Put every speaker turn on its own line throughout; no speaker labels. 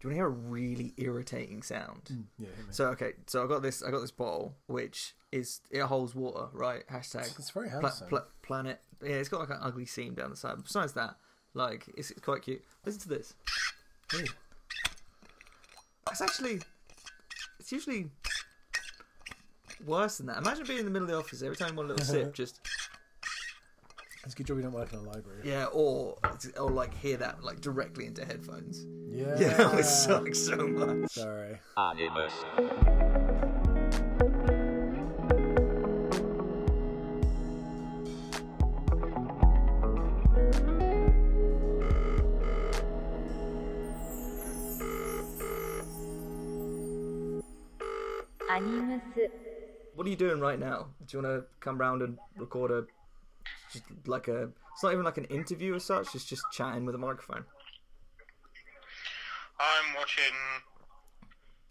Do you want to hear a really irritating sound?
Yeah, hit me.
So okay, so I got this. I got this bottle, which is it holds water, right? Hashtag.
It's very
pla-
handsome.
pla- planet. Yeah, it's got like an ugly seam down the side. But besides that, like it's quite cute. Listen to this.
Hey,
It's actually, it's usually worse than that. Imagine being in the middle of the office every time you want a little sip, just
it's a good job we don't work in a library.
yeah, or or like hear that like directly into headphones.
Yeah.
Yeah, that would suck so much.
Sorry.
Animus.
Animus.
What are you doing right now? Do you want to come round and record a, just like a? It's not even like an interview as such. It's just chatting with a microphone.
I'm watching.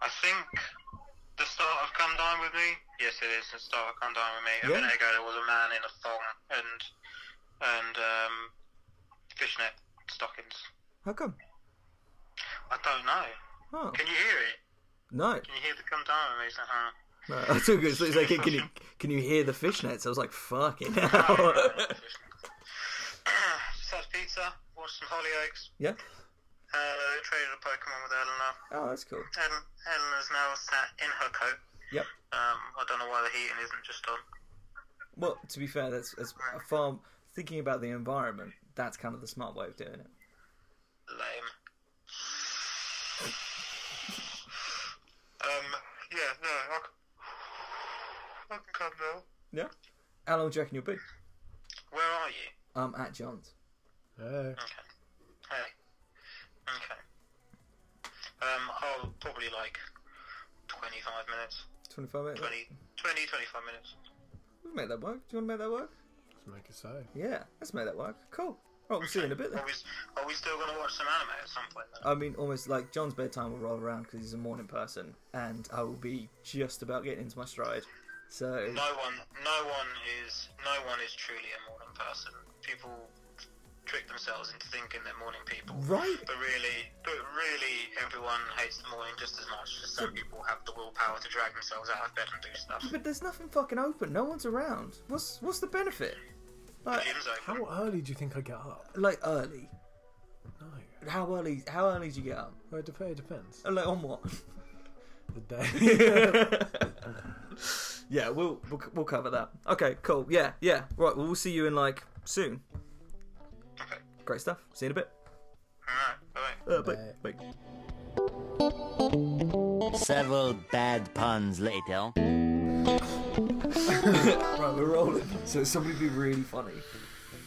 I think the start of Come Down with Me. Yes, it is the start of Come Down with Me. A
Yeah.
minute ago, there was a man in a thong and and um, fishnet stockings.
How come?
I don't know.
Oh
Can you hear it?
no,
Can you hear the Come Down with Me? Uh-huh.
no. That's all good. So it's like, can you can you hear the fishnets? I was like, fucking hell.
Just had pizza, watched some Hollyoaks.
yeah.
Uh, traded a Pokemon with Eleanor.
Oh, that's cool.
Elen Eleanor's now sat in her coat.
Yep.
Um, I don't know why the heating isn't just on.
Well, to be fair, that's that's a far thinking about the environment. That's kind of the smart way of doing it.
lame. Um, yeah, no, I can, I can come now.
Yeah. How long do you reckon you'll be?
Where are you?
Um, at John's.
Hello.
Okay. Hey. Okay. Um, I'll probably like 25 minutes.
Twenty-five minutes.
20, 20 25 minutes.
We can make that work. Do you want to make that work?
Let's make it so.
Yeah, let's make that work. Cool. Right, we'll see you in a bit then. Uh,
Are we, are we still going to watch some anime at some point then?
I mean, almost like John's bedtime will roll around because he's a morning person, and I will be just about getting into my stride. So
No one, no one is, no one is truly a morning person. People trick themselves into thinking they're morning people.
Right.
But really, but really, everyone hates the morning just as much. Just some people have the willpower to drag themselves out of bed and do stuff.
But there's nothing fucking open. No one's around. What's what's the benefit?
The
Like,
gym's open.
How early do you think I get up?
like early.
No.
How early? How early do you get up?
Well, it, dep- it depends.
Uh, Like on what?
The day.
yeah, we'll, we'll we'll cover that. Okay, cool. Yeah, yeah. Right. Well, we'll see you in like soon.
Okay.
Great stuff. See you in a bit.
Alright. Bye.
Uh, bye. Bye.
Several bad puns later.
Right, we're rolling. So somebody be really funny.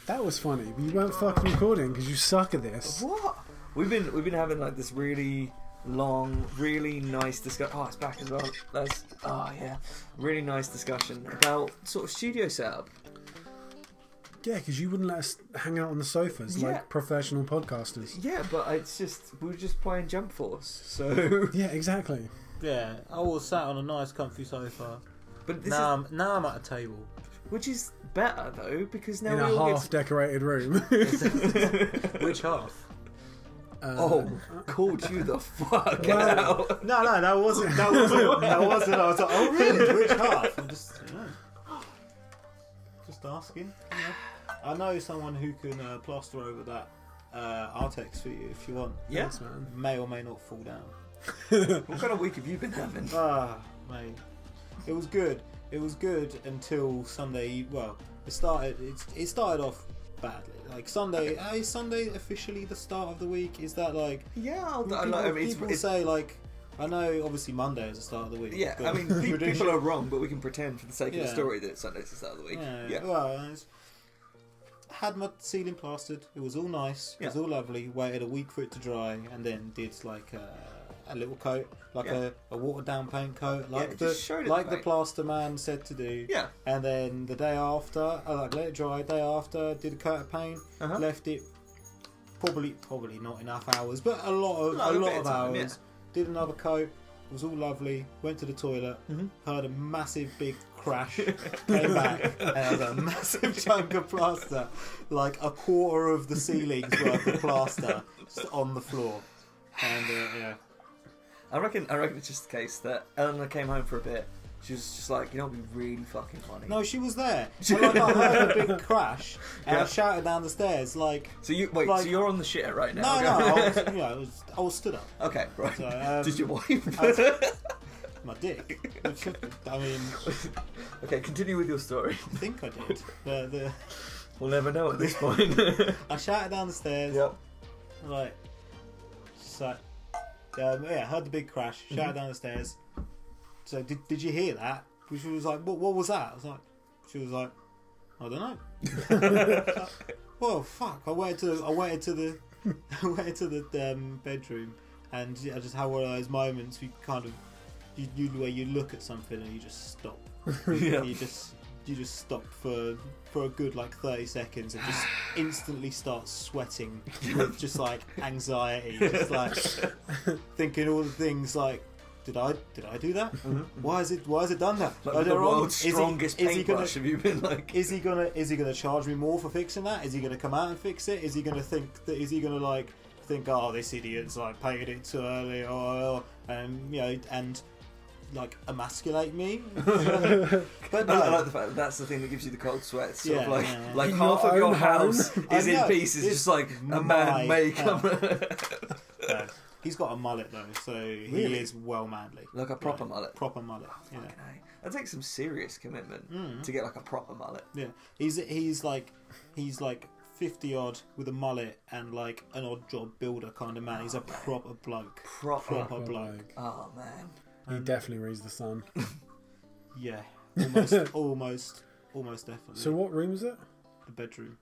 That was funny, but you weren't fucking recording because you suck at this.
What? We've been we've been having like this really long, really nice discussion. Oh, it's back as well. That's oh yeah, really nice discussion about sort of studio setup.
Yeah, because you wouldn't let us hang out on the sofas
Yeah.
like professional podcasters.
Yeah, but it's just we were just playing Jump Force. So,
Yeah, exactly.
Yeah, I was sat on a nice comfy sofa.
but this
Now I'm, now I'm at a table.
is which is better though because now
In
we
a
all get
half decorated room.
Which half? Uh,
oh, called you the fuck out.
No, no, that wasn't. That wasn't. that wasn't. I was like, oh really? Which half? I'm just, you know, just asking. You know. I know someone who can uh, plaster over that uh, Artex for you if you want.
Yeah.
May or may not fall down.
What kind of week have you been having?
Ah, mate. It was good. It was good until Sunday. eve- Well, it started. It, it started off badly. Like Sunday. ah, Is Sunday officially the start of the week? Is that like?
Yeah, I'll,
People,
I like, I mean, it's,
people
it's,
say like. I know, obviously Monday is the start of the week.
yeah.
but
I mean, pe-
tradition-
people are wrong, but we can pretend for the sake of
Yeah.
the story that Sunday's the start of the week.
Yeah,
yeah.
Well, it's, had my ceiling plastered. It was all nice. It was
Yeah.
all lovely. Waited a week for it to dry, and then did like a, a little coat, like
Yeah.
a, a watered down paint coat, like
just
the
showed it,
like the
mate.
plaster man said to do.
Yeah.
And then the day after, I like let it dry. Day after, did a coat of paint.
Uh-huh.
Left it probably probably not enough hours, but a lot of
Like a
a lot
bit
of,
of time,
hours. Did another coat. It was all lovely. Went to the toilet. Heard a massive big crash. came back and had a massive chunk of plaster, like a quarter of the ceiling's worth of plaster, just on the floor. And uh, yeah,
I reckon. I reckon it's just the case that Eleanor came home for a bit. She was just like, you know, it'd be really fucking funny.
No, she was there. But, like, I heard a big crash, and I
Yeah.
shouted down the stairs, like,
So you wait.
Like-
so you're on the shitter right now.
no,
okay?
no, I was, you know, I was, I was stood up.
okay, right.
So, um,
Did you wipe?
My dick. I mean,
okay, continue with your story.
I think I did. The, the,
We'll never know at this point.
I shouted down the stairs,
yep.
like, just like, um, yeah, heard the big crash, shouted down the stairs. So, did, did you hear that? She was like, what, what was that? I was like, she was like, I don't know. Well, fuck! I waited to I waited to the I waited to the um, bedroom, and yeah, I just had one of those moments you kind of you, you where you look at something and you just stop.
Yeah.
You just you just stop for for a good like thirty seconds and just instantly start sweating with just like anxiety, just like thinking all the things like. Did I did I do that? Why is it why has it done that?
Mm-hmm. Like
I
with
did it
the
wrong.
world's
Is he-
strongest
is he gonna-
paintbrush. Have you been like?
is he gonna is he gonna charge me more for fixing that? Is he gonna come out and fix it? Is he gonna think that is he gonna like think oh this idiot's like paid it too early or and you know and like emasculate me? but
I, I
no.
like the fact that that's the thing that gives you the cold sweats. Sort
Yeah,
of like,
yeah, yeah.
like
In
half
your
of your
own
house
home.
is
I know,
in pieces,
it's
just like a
my
man may
house.
come.
No. He's got a mullet though, so he
Really?
is well manly.
like a proper mullet.
Proper mullet. yeah.
Fucking A. That takes some serious commitment
Mm.
to get like a proper mullet.
Yeah, he's he's like he's like fifty odd with a mullet and like an odd job builder kind of man. He's
Oh,
a proper bloke,
Proper.
proper bloke.
Oh man.
He definitely raised the sun.
Yeah, almost, almost, almost definitely.
So what room is it?
the bedroom.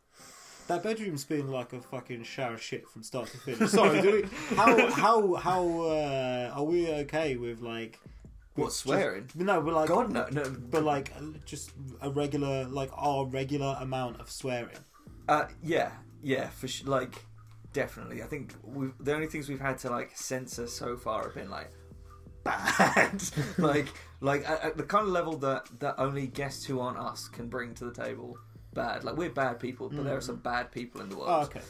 That bedroom's been like a fucking shower of shit from start to finish. Sorry, do we, how how how uh, are we okay with like?
What swearing?
No, but like,
God no, no.
but like, just a regular, like our regular amount of swearing.
Uh, yeah, yeah, for sh- like definitely. I think we've, the only things we've had to like censor so far have been like bad, like like at, at the kind of level that that only guests who aren't us can bring to the table. Bad, like we're bad people, but there are some bad people in the world,
Oh, okay.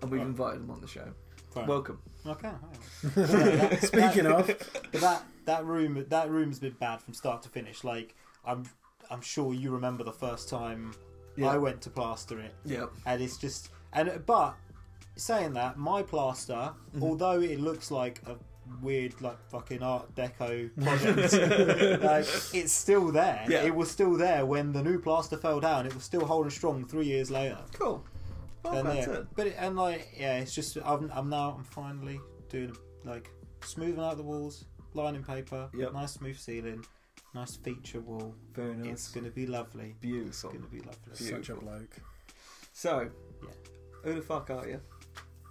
and we've invited them on the show.
Fine.
Welcome.
okay. alright. Yeah, that-
Speaking
that-
of,
But that that room that room's been bad from start to finish. Like I'm I'm sure you remember the first time
Yeah.
I went to plaster it,
Yeah,
and it's just and but saying that my plaster,
Mm-hmm.
although it looks like a weird like fucking art deco project, like it's still there.
Yeah.
It was still there when the new plaster fell down. It was still holding strong three years later.
cool. Well,
And
Oh, that's
yeah,
it.
but it, and like yeah, it's just I'm I'm now I'm finally doing like smoothing out the walls, lining paper,
Yep.
nice smooth ceiling, nice feature wall.
Very nice.
It's gonna be lovely.
beautiful.
It's gonna be lovely.
Beautiful.
such a bloke.
So,
Yeah.
who the fuck are you?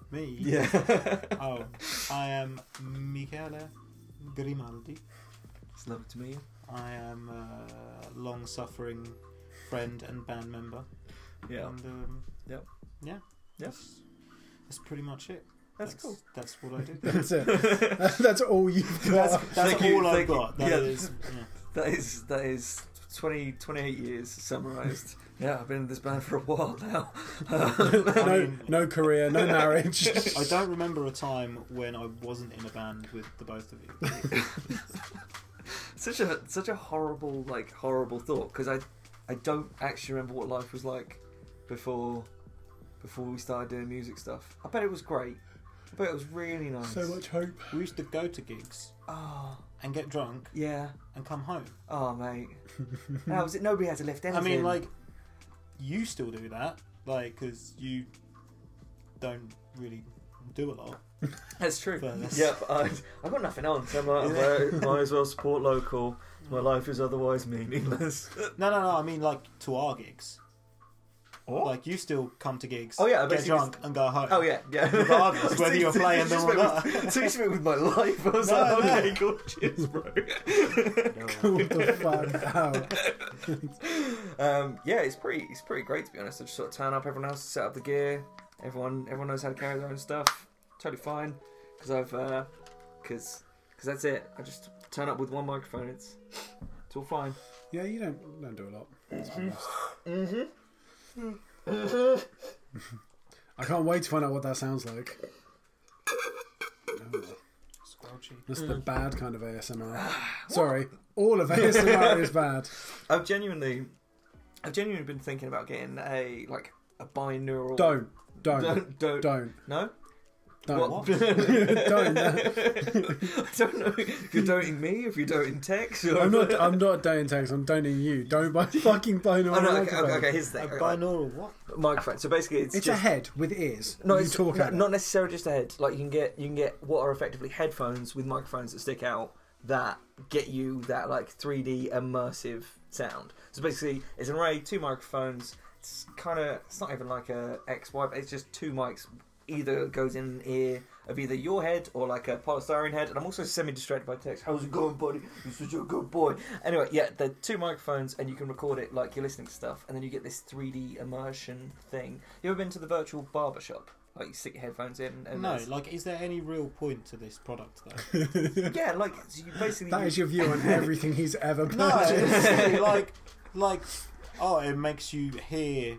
Me.
Yeah.
Oh, I am Michele Grimaldi.
it's lovely to meet you.
I am a long-suffering friend and band member.
Yeah.
And, um,
Yep.
Yeah.
Yep.
That's, that's pretty much it.
That's cool.
That's what I do.
That's it. That's all you've
That's,
got.
that's
Thank
all
you,
I've
thank you.
got. That
Yeah.
is- yeah.
That is that is 20, 28 years summarized. yeah, I've been in this band for a while now.
I
No,
mean-
no career, no marriage.
I don't remember a time when I wasn't in a band with the both of you.
such a such a horrible like horrible thought because I I don't actually remember what life was like before before we started doing music stuff. I bet it was great. I bet it was really nice.
So much hope.
We used to go to gigs
Oh
and get drunk
yeah.
and come home.
Oh mate. How was it? Nobody had to lift
I
anything.
mean, like, you still do that, like, because you don't really do a lot.
That's true.
But that's-
Yep, I, I've got nothing on, so I might, might as well support local. My life is otherwise meaningless.
No, no, no. I mean, like, to our gigs. Like, you still come to gigs.
Oh, yeah, I
get
basically
drunk and go home.
Oh yeah, yeah.
Regardless whether you're playing them or not.
Teach me with my life. I was
No,
like,
no.
okay, cool, cheers, bro.
What the fuck? Out.
um, yeah, it's pretty, it's pretty great to be honest. I just sort of turn up, everyone else set up the gear. Everyone, everyone knows how to carry their own stuff. Totally fine, because I've, because, because that's it. I just turn up with one microphone. It's, it's all fine.
Yeah, you don't don't do a lot. It's honest.
Mm-hmm.
I can't wait to find out what that sounds like. Oh,
Squelchy.
actually.
That's the bad kind of ASMR. Sorry, all of ASMR is bad.
I've genuinely, I've genuinely been thinking about getting a like a binaural.
Don't, don't,
don't,
don't,
don't,
don't.
no.
Don't.
What?
Don't.
I don't know if you're doting me, if you're doting Tex. Or...
I'm not. I'm not donating tags. I'm donating you. Don't buy fucking binaural.
Oh, no, okay,
microphone.
okay, okay, here's the
A
thing.
binaural what?
Microphone. So basically, it's,
It's
just
a head with ears.
No,
you
it's
talk
no-
at it.
not necessarily just a head. Like you can get you can get what are effectively headphones with microphones that stick out that get you that like 3D immersive sound. So basically, it's an array, two microphones. It's kind of it's not even like a XY. but It's just two mics. Either goes in an ear of either your head or like a polystyrene head. And I'm also semi-distracted by text. How's it going, buddy? You're such a good boy. Anyway, yeah, the two microphones and you can record it like you're listening to stuff, and then you get this 3D immersion thing. You ever been to the virtual barber shop? Like you stick your headphones in and
No,
there's-
like, is there any real point to this product though?
yeah, like so you basically
That is your view on everything he's ever
no,
purchased.
it's like, like, oh, it makes you hear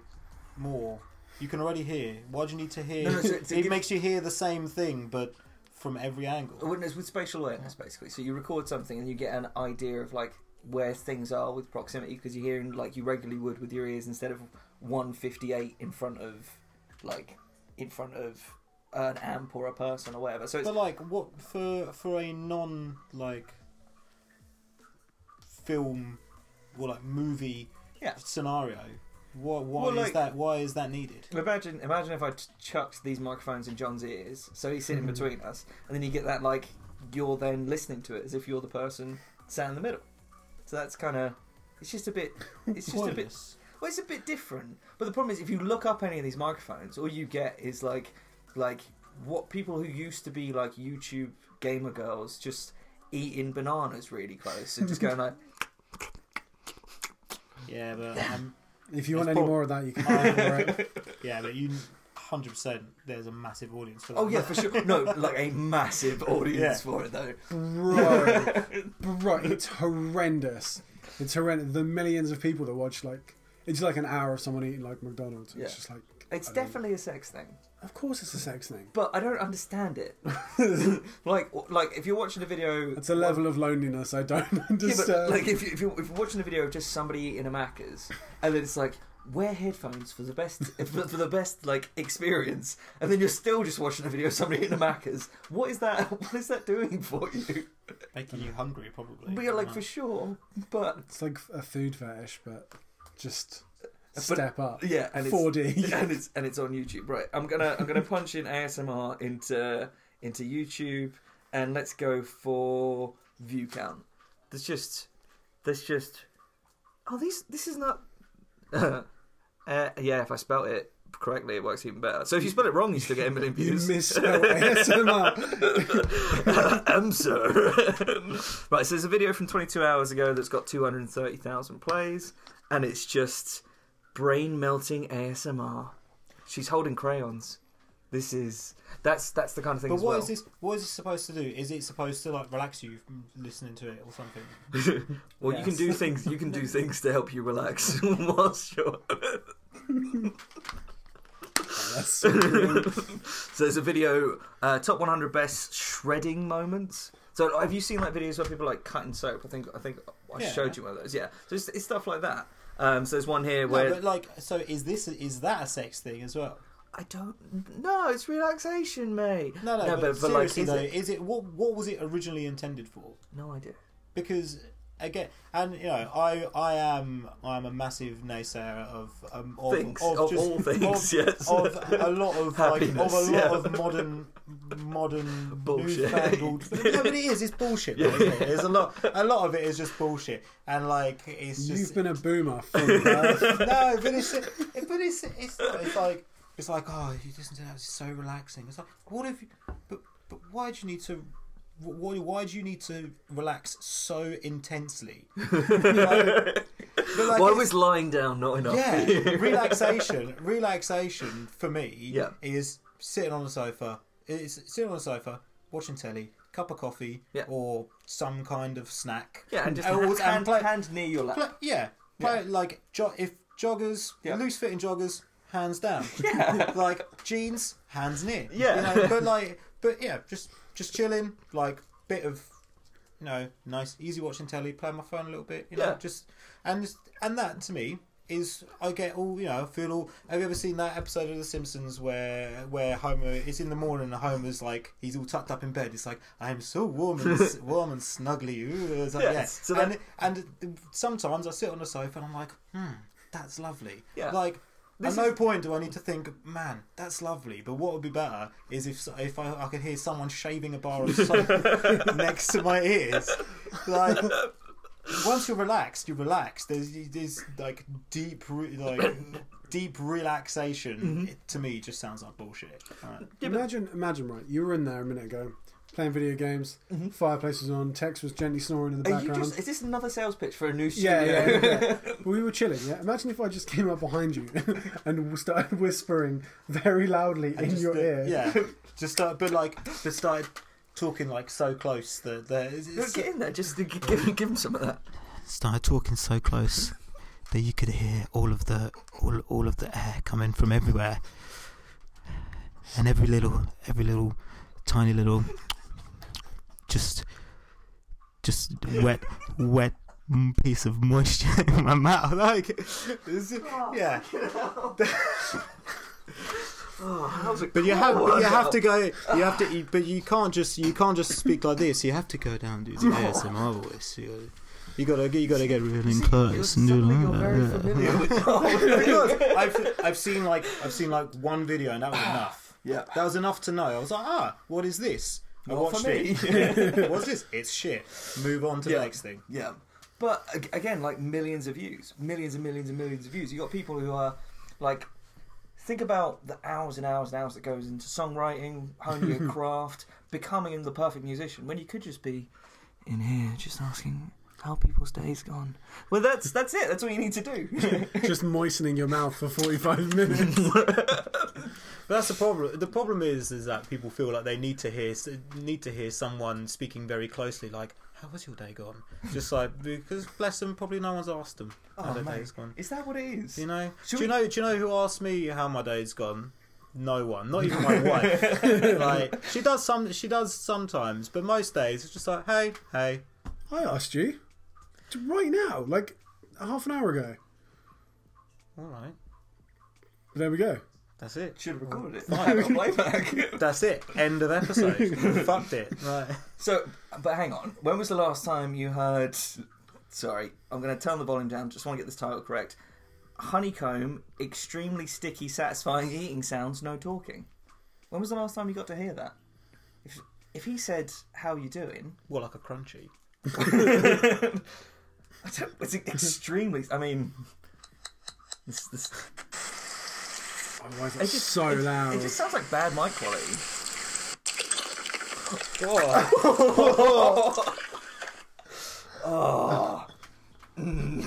more. You can already hear. Why do you need to hear?
No, no, so- so
it
give-
makes you hear the same thing, but from every angle.
Well, it's with spatial awareness basically. So you record something and you get an idea of like where things are with proximity because you're hearing like you regularly would with your ears instead of 158 in front of like in front of an amp or a person or whatever. So it's
But like, what for? For a non like film or like movie
Yeah.
scenario, why, why
Well, like-
is that? Why is that needed?
Imagine, imagine if I t- chucked these microphones in John's ears, so he's sitting between us, and then you get that like you're then listening to it as if you're the person sat in the middle. So that's kind of it's just a bit, it's just a bit,
Pointless.
well, it's a bit different. But the problem is, if you look up any of these microphones, all you get is like, like what people who used to be like YouTube gamer girls just eating bananas really close and just going like,
Yeah, but um,
If you want
It's
any
poor.
more of that, you can pay for it.
yeah, but you. Hundred percent. There's a massive audience for that.
oh yeah, for sure, no, like a massive audience
Yeah.
for it though.
Bro, bro, it's horrendous. It's horrendous. The millions of people that watch like it's like an hour of someone eating like McDonald's.
Yeah.
It's just like
It's
I don't-
definitely a sex thing.
Of course, it's a sex thing.
but I don't understand it. like, like if you're watching a video,
It's a level of loneliness I don't
Yeah, but,
understand.
like if, you, if, you're, if you're watching a video of just somebody eating a Macca's, and then it's like wear headphones for the best for, for the best like experience, and then you're still just watching a video of somebody eating a Macca's. What is that? What is that doing for you?
making you hungry probably.
But you're like
Uh,
for sure, but
it's like a food fetish, but just step up.
yeah, and it's,
4D.
and it's and it's on YouTube. Right, I'm gonna I'm gonna punch in ASMR into into YouTube, and let's go for view count. There's just there's just oh these this is not. uh, yeah, if I spell it correctly, it works even better. So if you spell it wrong, you still get a million
You
views.
misspelled ASMR.
I'm sorry. Um, right, so there's a video from 22 hours ago that's got 230,000 plays, and it's just brain melting ASMR. She's holding crayons. This is that's that's the kind of thing.
But
as
what
well.
is this? What is this supposed to do? Is it supposed to like relax you from listening to it or something?
Well, you can
Yes.
do things. You can do things to help you relax whilst you're.
That's so cool.
So there's a video, uh, top 100 best shredding moments. So have you seen like videos where people like cutting soap? I think I think I
Yeah.
showed you one of those. Yeah. So it's, it's stuff like that. Um, so there's one here
No,
where
but like, so is this? Is that a sex thing as well?
I don't. No, it's relaxation, mate.
No, no. but,
like,
seriously
is
though,
it-
is it what? What was it originally intended for?
no idea.
Because again, and you know, I I am I'm a massive naysayer of um, of,
Things,
of,
of
just-
all things,
of,
yes.
of a lot of like, of a
Happiness,
lot
yeah.
of modern modern
Bullshit.
newfangled- no, but it is. It's bullshit. though, isn't it? There's a lot. A lot of it is just bullshit, and like it's just
You've been a boomer from birth.
no, but it's it- but it's it's not. It's like it's like oh, you listen to that. It's so relaxing. It's like what if? You, but but why do you need to? Why, why do you need to relax so intensely? You know? But like
Why
it's-
was lying down not enough?
yeah relaxation? Relaxation for me
Yeah.
is sitting on the sofa. It's sitting on the sofa watching telly, cup of coffee,
Yeah.
or some kind of snack.
yeah, and just
or-
hand, hand,
play-
hand near your lap.
Play, yeah, play like jo- if joggers,
Yeah.
loose fitting joggers, hands down. like jeans, hands near.
Yeah.
You know, but like, but yeah, just just chilling, like bit of, you know, nice, easy watching telly, playing my phone a little bit, you know,
Yeah.
just and and that to me is I get all you know, I feel all. Have you ever seen that episode of The Simpsons where where Homer it's in the morning and Homer's like he's all tucked up in bed. It's like I am so warm and s- warm and snuggly. Ooh, it's like,
Yes,
yeah.
so
and and sometimes I sit on the sofa and I'm like, hmm, that's lovely.
Yeah.
Like.
This
At no
is-
point do I need to think, man, that's lovely. But what would be better is if if I, I could hear someone shaving a bar of soap next to my ears. Like once you're relaxed, you're relaxed. There's this like deep, re- like deep relaxation.
Mm-hmm.
It, to me, just sounds like bullshit. Alright.
imagine, imagine, right? You were in there a minute ago, playing video games. Fireplace was on. Tex was gently snoring in the
Mm-hmm. Are you
background.
just, is this another sales pitch for a new studio?
Yeah, yeah, yeah. yeah. we were chilling. Yeah, imagine if I just came up behind you and started whispering very loudly in
Just
your
the-
ear.
yeah. Just start, but like, just started talking like so close that there. It's,
Look, Get in there, just to g- give, give him some of that.
started talking so close that you could hear all of the all, all of the air coming from everywhere and every little every little tiny little just just wet wet mm, piece of moisture in my mouth like
it's- yeah.
Oh, that was a
But you have,
cool
but you have
workout.
to go. You have to, eat, but you can't just, you can't just speak like this. You have to go down, and do the ASMR voice. You gotta, you gotta, you gotta get really close and do
Something
like
you're very
that. yeah.
familiar with.
Because I've, I've seen like, I've seen like one video, and that was
Ah.
enough.
Yeah.
that was enough to know. I was like, ah, what is this? I
Not
watched
for me.
it. What's this? It's shit. Move on to
Yeah.
the next thing.
Yeah. But ag- again, like millions of views, millions and millions and millions of views. You got people who are like, think about the hours and hours and hours that goes into songwriting, honing your craft, becoming the perfect musician. When you could just be in here, just asking how people's days gone. Well, that's that's it. That's all you need to do.
Just moistening your mouth for 45 minutes.
But that's the problem. The problem is, is that people feel like they need to hear need to hear someone speaking very closely, like, "How was your day gone?" Just like because bless them, probably no one's asked them how
Oh,
their
mate.
day's gone.
Is that what it is?
Do you know?
Should
do you
we-
know? Do you know who asked me how my day's gone? No one, not even my wife. like she does some, she does sometimes, but most days it's just like, "Hey, hey,
I asked you to- right now, like half an hour ago.
all right,
There we go.
that's it."
Should have recorded it. Fine, I'll play back.
That's it. End of episode. Fucked it. Right.
So, but hang on. When was the last time you heard? Sorry, I'm going to turn the volume down. Just want to get this title correct. Honeycomb, extremely sticky, satisfying eating sounds, no talking. When was the last time you got to hear that? If if he said, "How you doing?"
Well, like a crunchy.
I don't, it's extremely. I mean, this, this,
Oh, why is that
it just
so
it-
loud?
It just sounds like bad mic quality.
Oh,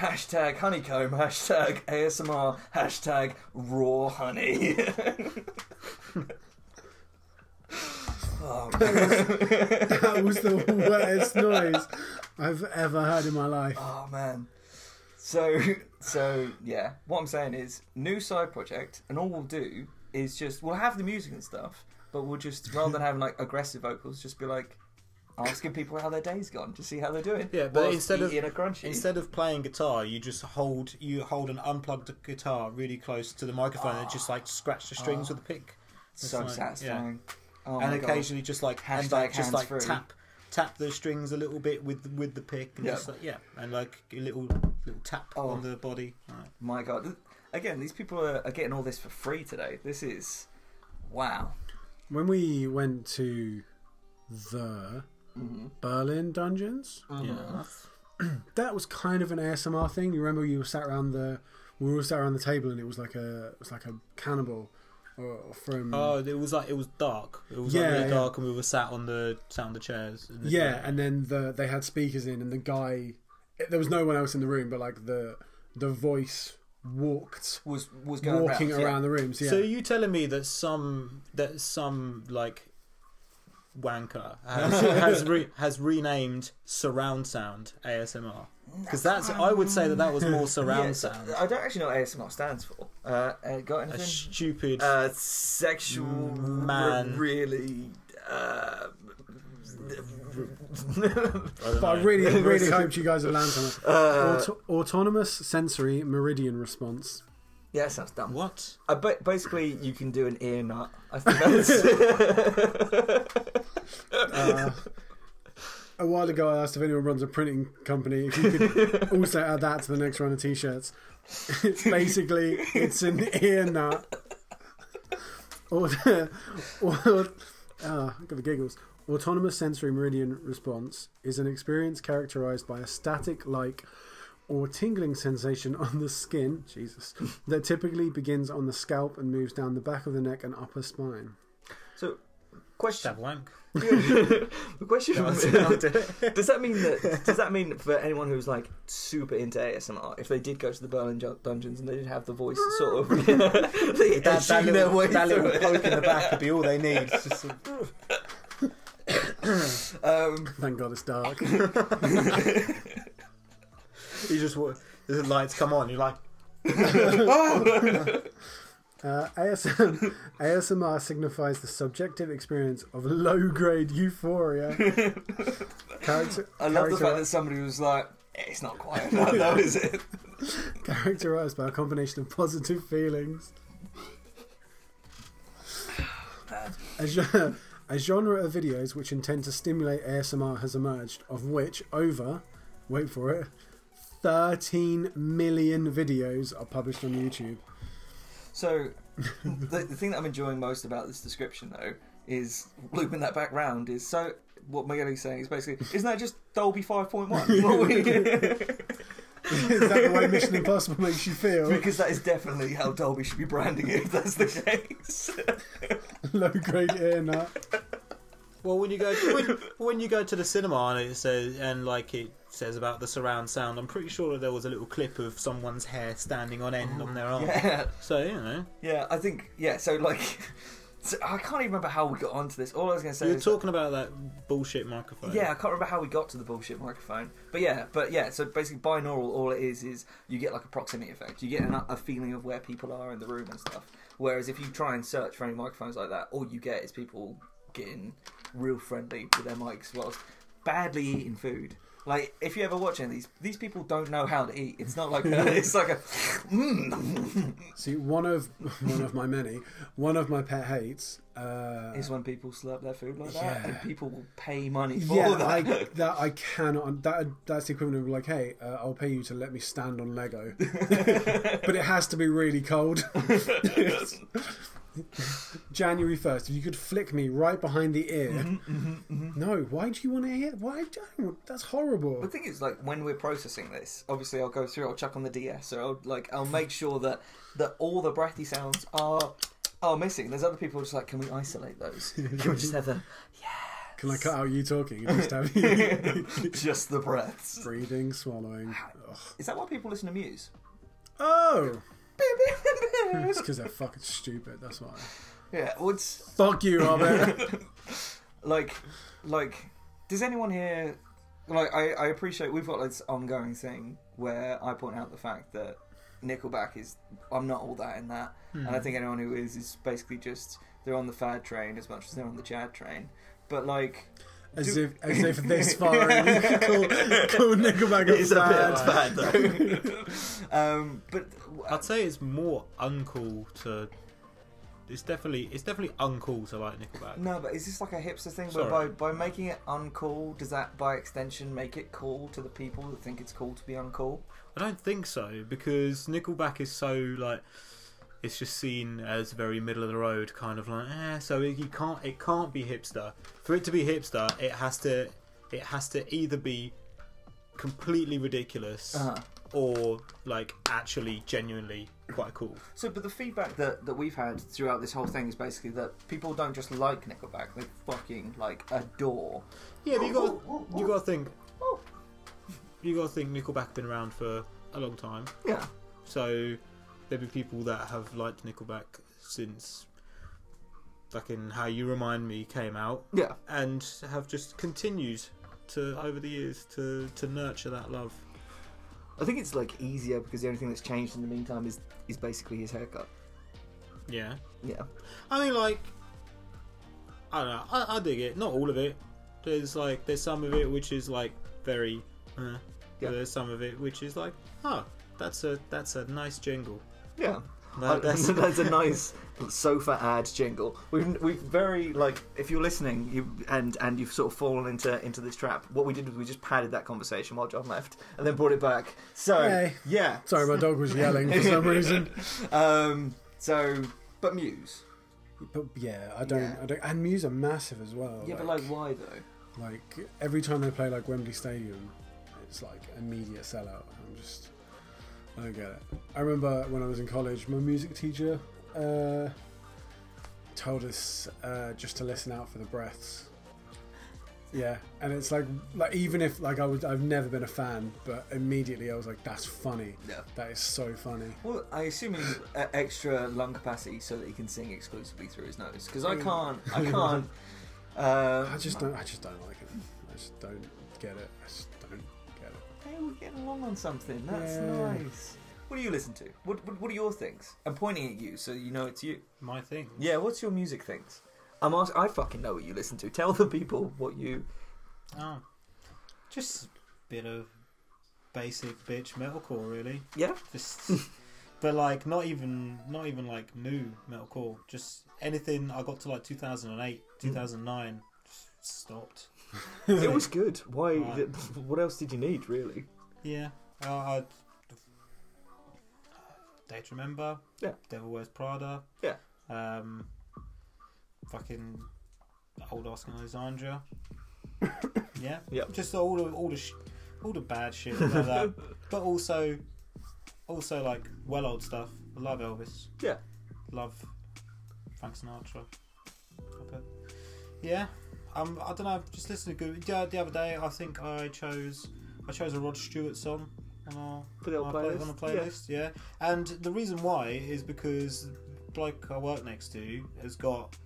Hashtag honeycomb. Hashtag ASMR. Hashtag raw honey.
that was the worst noise I've ever heard in my life.
Oh man. So so yeah, what I'm saying is new side project, and all we'll do is just we'll have the music and stuff, but we'll just rather than having like aggressive vocals, just be like asking people how their day's gone to see how they're doing.
Yeah, but
whilst
instead of-
eating a crunchy,
Instead of playing guitar, you just hold you hold an unplugged guitar really close to the microphone and just like scratch the strings
Ah.
with a pick,
so
like- yeah.
satisfying. Oh
and
my God.
occasionally just like and
Hashtag
like just like
hands-free.
tap tap the strings a little bit with with the pick and
Yeah.
just like yeah, and like a little little tap
Oh.
on the body. Right.
my God, Th- again, these people are, are getting all this for free today. This is wow.
When we went to the Berlin dungeons,
Yeah.
that was kind of an ASMR thing. You remember you were sat around the we were all sat around the table and it was like a it was like a cannibal or from
Oh, it was like it was dark. It was
Yeah,
like really
yeah.
dark, and we were sat on the sat on the chairs. And the-
yeah, and then the they had speakers in and the guy eh, there was no one else in the room but like the the voice walked
Was was going
walking
round,
around,
yeah.
the rooms. Yeah,
So are you telling me that some that some like wanker has has, re, has renamed surround sound ASMR? Because that's I would say that that was more surround
Yeah, so-
sound.
I don't actually know what ASMR stands for. Uh, uh, got
A
anything?
stupid
uh, sexual
Man.
really uh,
But I really, really hoped you guys would land on it. Auto- autonomous sensory meridian response.
Yeah, that sounds dumb.
What?
I ba- basically, you can do an ear nut. I think that's.
Uh, a while ago, I asked if anyone runs a printing company. If you could also add that to the next round of t-shirts. It's basically it's an ear nut. Or, or ah, I got the giggles. Autonomous sensory meridian response is an experience characterized by a static-like or tingling sensation on the skin, Jesus, that typically begins on the scalp and moves down the back of the neck and upper spine.
so, question.
Stab wank.
the question was, does that mean that? Does that mean for anyone who's like super into ASMR, if they did go to the Berlin ju- dungeons and they did have the voice sort of, they
That, that
edging their
little,
way
that
through
little
it.
poke in the back would be all they need. It's just a-
Um,
Thank God it's dark.
you just wa- the lights come on. You're like,
Uh, ASM, ASMR signifies the subjective experience of low grade euphoria. Character,
I love the
character-
fact that somebody was like, "Eh, "It's not quite that, though, is it?"
characterized by a combination of positive feelings. A, gen- a genre of videos which intend to stimulate ASMR has emerged, of which over, wait for it, 13 million videos are published on YouTube.
So, the, the thing that I'm enjoying most about this description, though, is looping that back round. Is so what Migueli's saying is basically, isn't that just Dolby 5.1?
Is that the way Mission Impossible makes you feel?
because that is definitely how Dolby should be branding it. If that's the case.
low grade ear nut.
well, when you go to, when, when you go to the cinema and it says and like it says about the surround sound, I'm pretty sure that there was a little clip of someone's hair standing on end on their arm.
yeah,
So you know,
yeah. I think yeah. So like, so I can't even remember how we got onto this. All I was going to say
you're
is
talking about that bullshit microphone.
Yeah, I can't remember how we got to the bullshit microphone, but yeah, but yeah. So basically, binaural, all it is is you get like a proximity effect. You get an, a feeling of where people are in the room and stuff. Whereas if you try and search for any microphones like that, all you get is people getting real friendly with their mics whilst badly eating food. Like if you ever watch any of these, these people don't know how to eat. It's not like a, it's like a. Mm,
See, one of one of my many, one of my pet hates. Uh,
is when people slurp their food like that,
Yeah.
and people will pay money for
yeah,
that.
I, that I cannot. That that's the equivalent of like, hey, uh, I'll pay you to let me stand on Lego, but it has to be really cold. January first, if you could flick me right behind the ear. mm-hmm, No, why do you want to hear? Why don't? That's horrible.
The thing is, like when we're processing this, obviously I'll go through, I'll chuck on the DS, or I'll like I'll make sure that that all the breathy sounds are are missing. There's other people just like, can we isolate those? Can we just have the
Can I cut out you talking and just have you
just the breaths?
breathing, swallowing? Ugh.
Is that why people listen to Muse?
Oh, it's because they're fucking stupid. That's why.
yeah, well, it's
Fuck you, Robert.
like like does anyone here like I, I appreciate we've got this ongoing thing where I point out the fact that Nickelback is I'm not all that in that and I think anyone who is is basically just they're on the fad train as much as they're on the Chad train but like
As if, as if this far in, you could call, call Nickelback a
it's a
band.
bit bad though um, but
I'd say it's more uncool to. It's definitely it's definitely uncool to like Nickelback.
no but is this like a hipster thing
Sorry.
where by, by making it uncool does that by extension make it cool to the people that think it's cool to be uncool
I don't think so because Nickelback is so like it's just seen as very middle of the road kind of like eh, so it, you can't it can't be hipster for it to be hipster it has to it has to either be completely ridiculous
Uh-huh.
or like actually genuinely quite cool
So, but the feedback that, that we've had throughout this whole thing is basically that people don't just like Nickelback; they fucking like adore.
yeah but you got you got to think you got to think Nickelback have been around for a long time
Yeah,
So there'll be people that have liked Nickelback since fucking How You Remind Me came out
yeah.
and have just continued to over the years to, to nurture that love.
I think it's like easier because the only thing that's changed in the meantime is is basically his haircut.
Yeah.
Yeah,
I mean like I don't know, I, I dig it. Not all of it. There's like there's some of it which is like very, uh,
Yeah.
but there's some of it which is like, oh, that's a that's a nice jingle.
Yeah.
No,
Uh, that's,
that's-
that's a nice sofa ad jingle. We've, we've very like if you're listening, you and and you've sort of fallen into into this trap. What we did was we just padded that conversation while John left, and then brought it back. So
Hey.
yeah,
Sorry, my dog was yelling for some reason.
um, so but Muse.
But yeah, I don't,
Yeah.
I don't. And Muse are massive as well.
Yeah, but like why though?
like every time they play like Wembley Stadium, it's like immediate sellout. I'm just, I don't get it. I remember when I was in college, my music teacher uh, told us uh, just to listen out for the breaths. Yeah, and it's like, like even if like I was, I've never been a fan, but immediately I was like, that's funny.
Yeah.
That is so funny.
Well, I assume he needs uh, extra lung capacity so that he can sing exclusively through his nose. Because I can't, I can't. Uh,
I just don't, I just don't like it. I just don't get it. I just don't get it.
Hey, we're getting along on something. That's
Yeah.
nice. What do you listen to? What, what What are your things? I'm pointing at you, so you know it's you.
My thing.
Yeah. What's your music things? I'm ask- I fucking know what you listen to. Tell the people what you.
Oh, just a bit of basic bitch metalcore, really.
Yeah.
Just, but like not even not even like new metalcore. Just anything I got to like 2008, 2009, just stopped.
it was good. Why?
Right.
What else did you need, really?
Yeah, uh, I. Day to Remember.
Yeah.
Devil Wears Prada.
Yeah.
Um, fucking old Oscar Alexandra. yeah.
Yep.
Just all the all the sh- all the bad shit like that, but also also like well old stuff. I love Elvis.
Yeah.
Love Frank Sinatra. But, yeah. Um, I don't know. Just listen to good. The, the other day, I think I chose I chose a Rod Stewart song on our
For the old
on our play-
playlist?
on a playlist. Yeah. and the reason why is because the bloke I work next to has got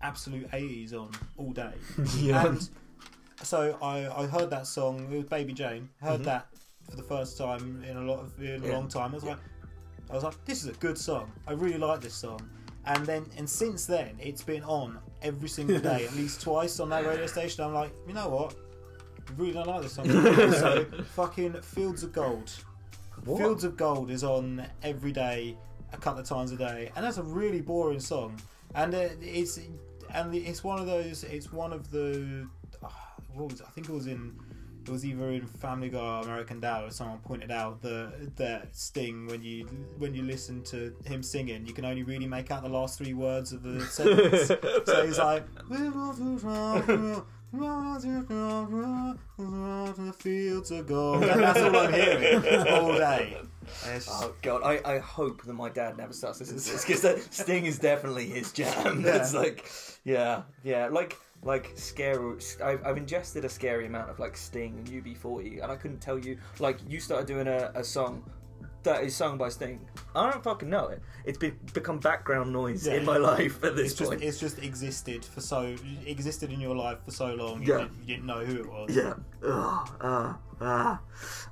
absolute 80s on all day, and so I, I heard that song. It was Baby Jane. Heard that for the first time in a lot of in a
Yeah.
long time. I was like, I was like, this is a good song. I really like this song. And then and since then, it's been on every single day, at least twice on that radio station. I'm like, you know what? I really don't like this song. so fucking Fields of Gold.
What?
Fields of Gold is on every day, a couple of times a day, and that's a really boring song. And uh, it's and it's one of those. It's one of the. ah, what was it? I think it was in. It was either in Family Guy or American Dad, or someone pointed out the that Sting when you when you listen to him singing, you can only really make out the last three words of the sentence. so he's like, "We want to rock, we want to rock, we want to the fields of gold," and that's all I'm hearing all day. And it's just-
Oh god, I, I hope that my dad never starts listening to this because Sting is definitely his jam. It's like, yeah, yeah, like like scary. I've, I've ingested a scary amount of like Sting and UB40, and I couldn't tell you. Like you started doing a, a song that is sung by Sting. I don't fucking know it. It's be, become background noise
Yeah.
in my life at this
It's just,
point.
it's just existed for so existed in your life for so long. You,
Yeah.
didn't, you didn't know who it was.
Yeah. Ugh, uh, ah.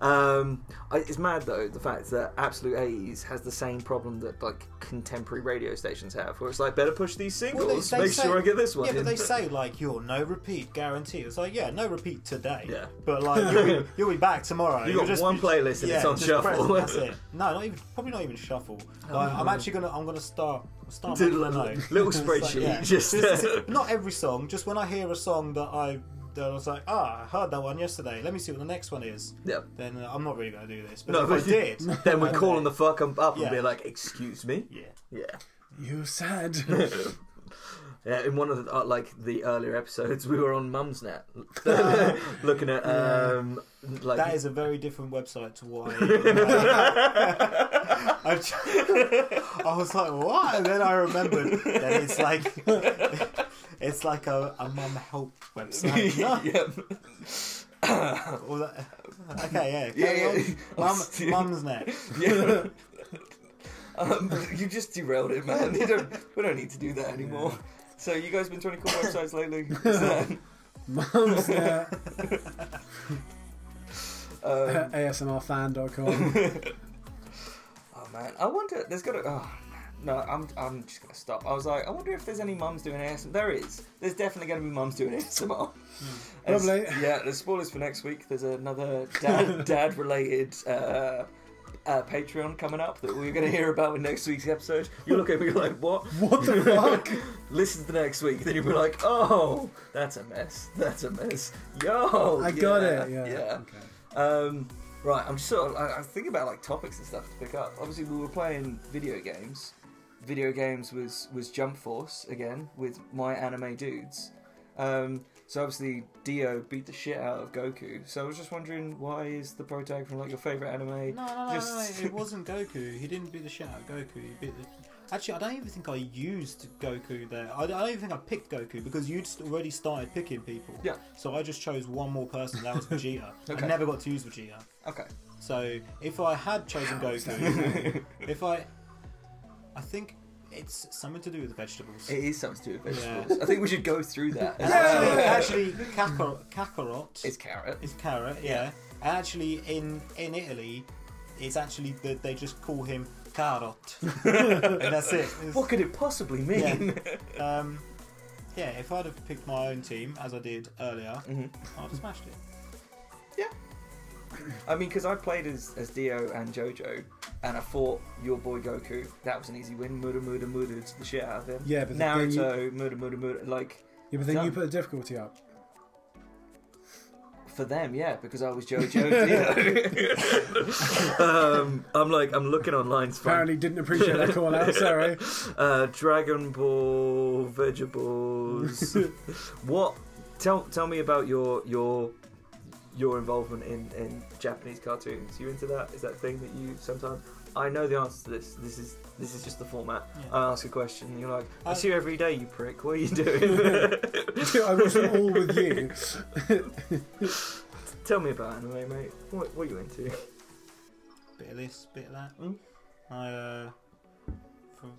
Um, I, it's mad though the fact that Absolute 80s has the same problem that like contemporary radio stations have, where it's like better push these
Well,
singles,
they- they
make
say-
sure I get this one.
Yeah,
in.
but they say like your no repeat guarantee. It's like yeah, no repeat today.
Yeah.
but like you'll be, you'll be back tomorrow.
You
You'll
got one playlist and it's on
just
shuffle. Oh,
press- that's it. No, not even probably not even shuffle. Like, I'm actually gonna I'm gonna start start
Do
making a
like
note.
little
It's
spreadsheet, just- uh,
not every song. Just when I hear a song that I that I was like ah I heard that one yesterday. Let me see what the next one is.
Yeah.
Then uh, I'm not really gonna do this. But
No,
if
but
I did,
Then we're calling the fuck up up
Yeah.
and be like, "Excuse me."
yeah.
Yeah.
You sad.
Yeah, in one of the, uh, like the earlier episodes, we were on Mumsnet, looking at um, like
That is a very different website to what I. I, I was like, what? And then I remembered that it's like it's like a, a mum help website.
yeah.
All that- okay, yeah,
Yeah,
yeah,
yeah.
Mum, mum's net.
Yeah. um, you just derailed it, man. You don't, we don't need to do that anymore. So you guys been to any cool websites lately?
Mum's there.
um,
ASMRfan.com.
oh man, I wonder. There's got to. Oh man, no, I'm, I'm just gonna stop. I was like, I wonder if there's any mums doing ASMR. There is. There's definitely gonna be mums doing ASMR. And s-
Lovely.
Yeah, the spoilers for next week. There's another dad dad related uh, uh, Patreon coming up that we're gonna hear about in next week's episode. You look at me like, what?
What the fuck?
Listen to the next week, then you'll be like, oh, that's a mess. That's a mess. Yo,
I got
yeah,
it, yeah.
yeah. Um, right, I'm just sort of I, I think about like topics and stuff to pick up. Obviously, we were playing video games. Video games was was Jump Force again with my anime dudes. Um, so obviously Dio beat the shit out of Goku. So I was just wondering why is the protagonist from like your favorite anime?
No, no, no,
Just-
no, it wasn't Goku. He didn't beat the shit out of Goku. He beat the... Actually, I don't even think I used Goku there. I, I don't even think I picked Goku because you'd st- already started picking people.
Yeah.
So I just chose one more person. That was Vegeta.
Okay.
I never got to use Vegeta.
Okay,
So if I had chosen Goku, if I, I think it's something to do with the vegetables.
it is something to do with vegetables. I think we should go through that. as well.
Actually, actually, Kakarot, Kakarot
It's carrot.
is carrot. Yeah. And actually, in in Italy, it's actually that they just call him Carrot, and that's it. It's-
What could it possibly mean?
um, yeah. If I'd have picked my own team as I did earlier,
Mm-hmm.
I'd have smashed it.
I mean, because I played as, as Dio and JoJo, and I fought your boy Goku. That was an easy win. Murder, murder, murder the shit out of him.
Yeah, but then you-
Naruto, murder, murder, murder. Like
Yeah, but then you
Done.
put the difficulty up.
for them, yeah, because I was JoJo. Dio. um, I'm like, I'm looking online. it's fine.
Apparently, didn't appreciate that call out. Sorry.
Uh, Dragon Ball vegetables. what? Tell tell me about your your your involvement in in Japanese cartoons. You into that? Is that a thing that you sometimes? I know the answer to this. This is this is just the format.
Yeah. Uh,
I ask a question, and you're like, I
I-
see you every day, you prick. What are you doing?
I was all with you.
tell me about anime, mate. What, what are you into?
bit of this, bit of that.
Mm.
I, uh, from,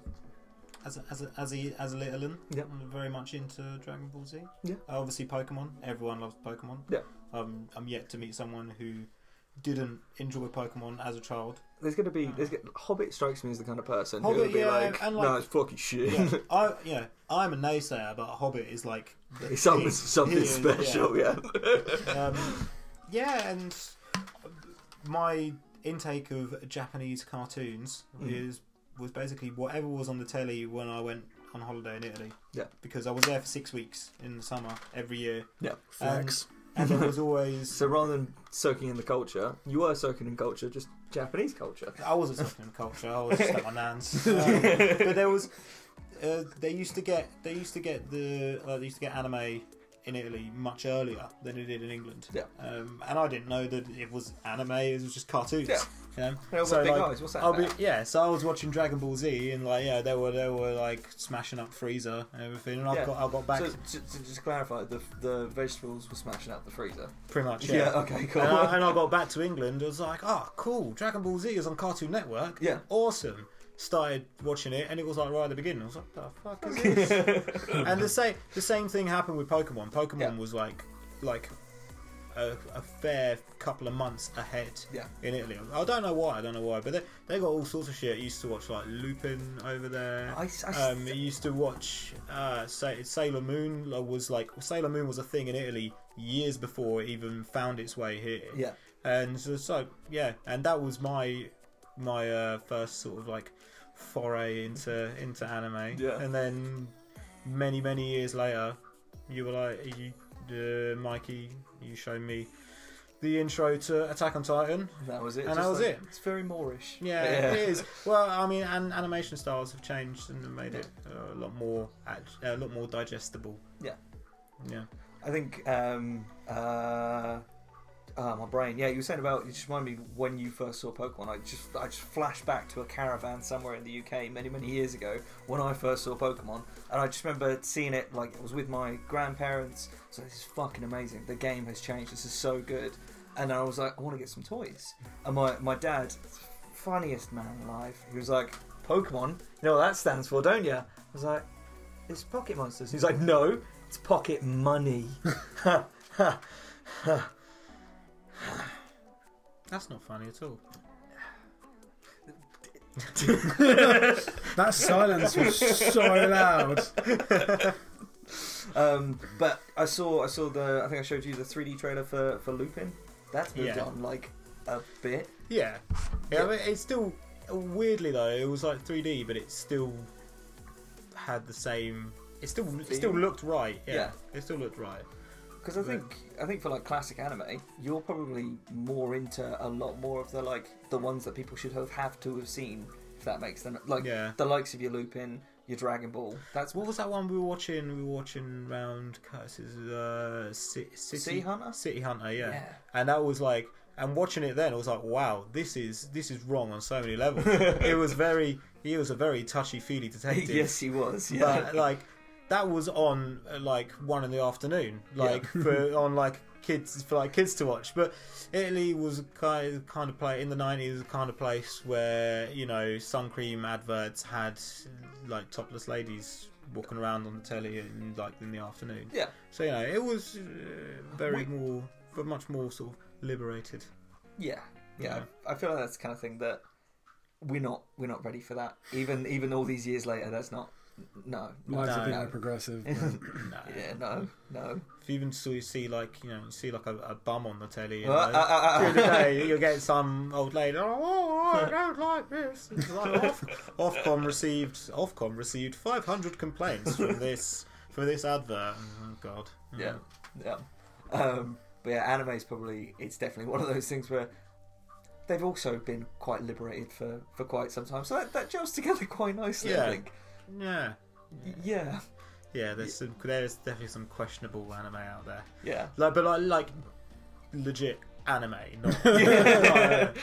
as a, as a, as a, as a little un,
Yeah.
I'm very much into Dragon Ball Z.
Yeah.
Uh, obviously, Pokemon. Everyone loves Pokemon.
Yeah.
Um, I'm yet to meet someone who didn't enjoy Pokemon as a child.
There's gonna be there's gonna, Hobbit strikes me as the kind of person who
Hobbit,
would be
yeah,
like,
and
no,
like-
it's fucking shit.
Yeah. I yeah. I'm a naysayer, but Hobbit is like the-
it's something something
Yeah, yeah.
special, yeah.
um, yeah, and my intake of Japanese cartoons
Hmm.
is was basically whatever was on the telly when I went on holiday in Italy.
Yeah.
Because I was there for six weeks in the summer every year,
Flex.
and there was always
So rather than soaking in the culture, you were soaking in culture, just Japanese culture.
I wasn't something in culture. I was just at my nan's. Um, but there was uh, they used to get they used to get the uh, they used to get anime in Italy much earlier than they did in England.
Yeah.
Um, and I didn't know that it was anime. It was just cartoons.
Yeah.
You know?
They all got big eyes, what's that
I'll be-
about?
yeah, so I was watching Dragon Ball Z and like yeah, they were they were like smashing up Freezer and everything, and I
Yeah.
got I got back
So, to, to just clarify, the, the vegetables were smashing out the freezer.
pretty much.
okay, cool.
And I, and I got back to England. I was like, oh, cool. Dragon Ball Z is on Cartoon Network.
Yeah.
Awesome. Started watching it, and it was like right at the beginning. I was like, the fuck is this? and the same the same thing happened with Pokemon. Pokemon
Yeah.
was like like a, a fair couple of months ahead
Yeah.
in Italy. I don't know why. I don't know why, but they, they got all sorts of shit. I used to watch like Lupin over there.
I s- I s-
um, I used to watch uh, Sa- Sailor Moon. like, Was like Sailor Moon was a thing in Italy years before it even found its way here.
Yeah.
and so, so yeah, and that was my my uh, first sort of like foray into into anime.
Yeah.
and then many many years later, you were like you, uh, Mikey, you showed me the intro to Attack on Titan.
that was it.
and that
just
was
like-
it.
It's very Moorish.
Yeah, it is. Well, I mean, an- animation styles have changed and have made it uh, a lot more act- a lot more digestible.
Yeah.
yeah.
I think, um, uh, uh, my brain. Yeah, you were saying about. You just reminded me when you first saw Pokemon. I just, I just flashed back to a caravan somewhere in the UK many, many years ago when I first saw Pokemon, and I just remember seeing it like it was with my grandparents. So this is fucking amazing. The game has changed. This is so good. And I was like, I want to get some toys. And my my dad, funniest man alive, he was like, Pokemon. You know what that stands for, don't you? I was like, it's Pocket Monsters. He's like, no, it's pocket money. Ha, ha.
That's not funny at all.
That silence was so loud.
Um, but I saw I saw the I think I showed you the 3D trailer for for Lupin. That's moved
Yeah.
on like a bit.
Yeah. yeah. I mean, it's still weirdly though. It was like 3D, but it still had the same. It still it still
Theme.
looked right. Yeah.
Yeah.
It still looked right.
Because I think I think for like classic anime, you're probably more into a lot more of the like the ones that people should have have to have seen. If that makes them like
Yeah.
the likes of your Lupin, your Dragon Ball. That's
What was that one we were watching? We were watching round Curtis's uh, Ci- City
City Hunter?
City Hunter, yeah.
Yeah.
And that was like, and watching it then, I was like, wow, this is this is wrong on so many levels. it was very, he was a very touchy feely detective.
yes, he was. Yeah,
but like that was on uh, like one in the afternoon, like for on like kids for like kids to watch. But Italy was kind kind of play in the nineties, kind of place where you know sun cream adverts had like topless ladies walking around on the telly in like in the afternoon.
yeah.
So you know it was uh, very more, but much more sort of liberated.
Yeah, yeah. I I feel like that's the kind of thing that we're not we're not ready for that. Even even all these years later, that's not. No, no,
Lives a bit
no.
more progressive.
No.
yeah, no, no.
If you even saw you see like you know you see like a, a bum on the telly. you
Uh,
know,
uh, uh,
through the
uh.
day, you'll get some old lady. Oh, oh, I don't like this. It's like, Off, Ofcom received Ofcom received 500 complaints from this for this advert. Oh God.
yeah, yeah. Um, but yeah, anime is probably it's definitely one of those things where they've also been quite liberated for for quite some time. So that that gels together quite nicely. I
Yeah.
think.
Mm. Yeah.
Yeah,
Yeah. There's some, there's definitely some questionable anime out there.
yeah.
Like, but like like legit anime. Not,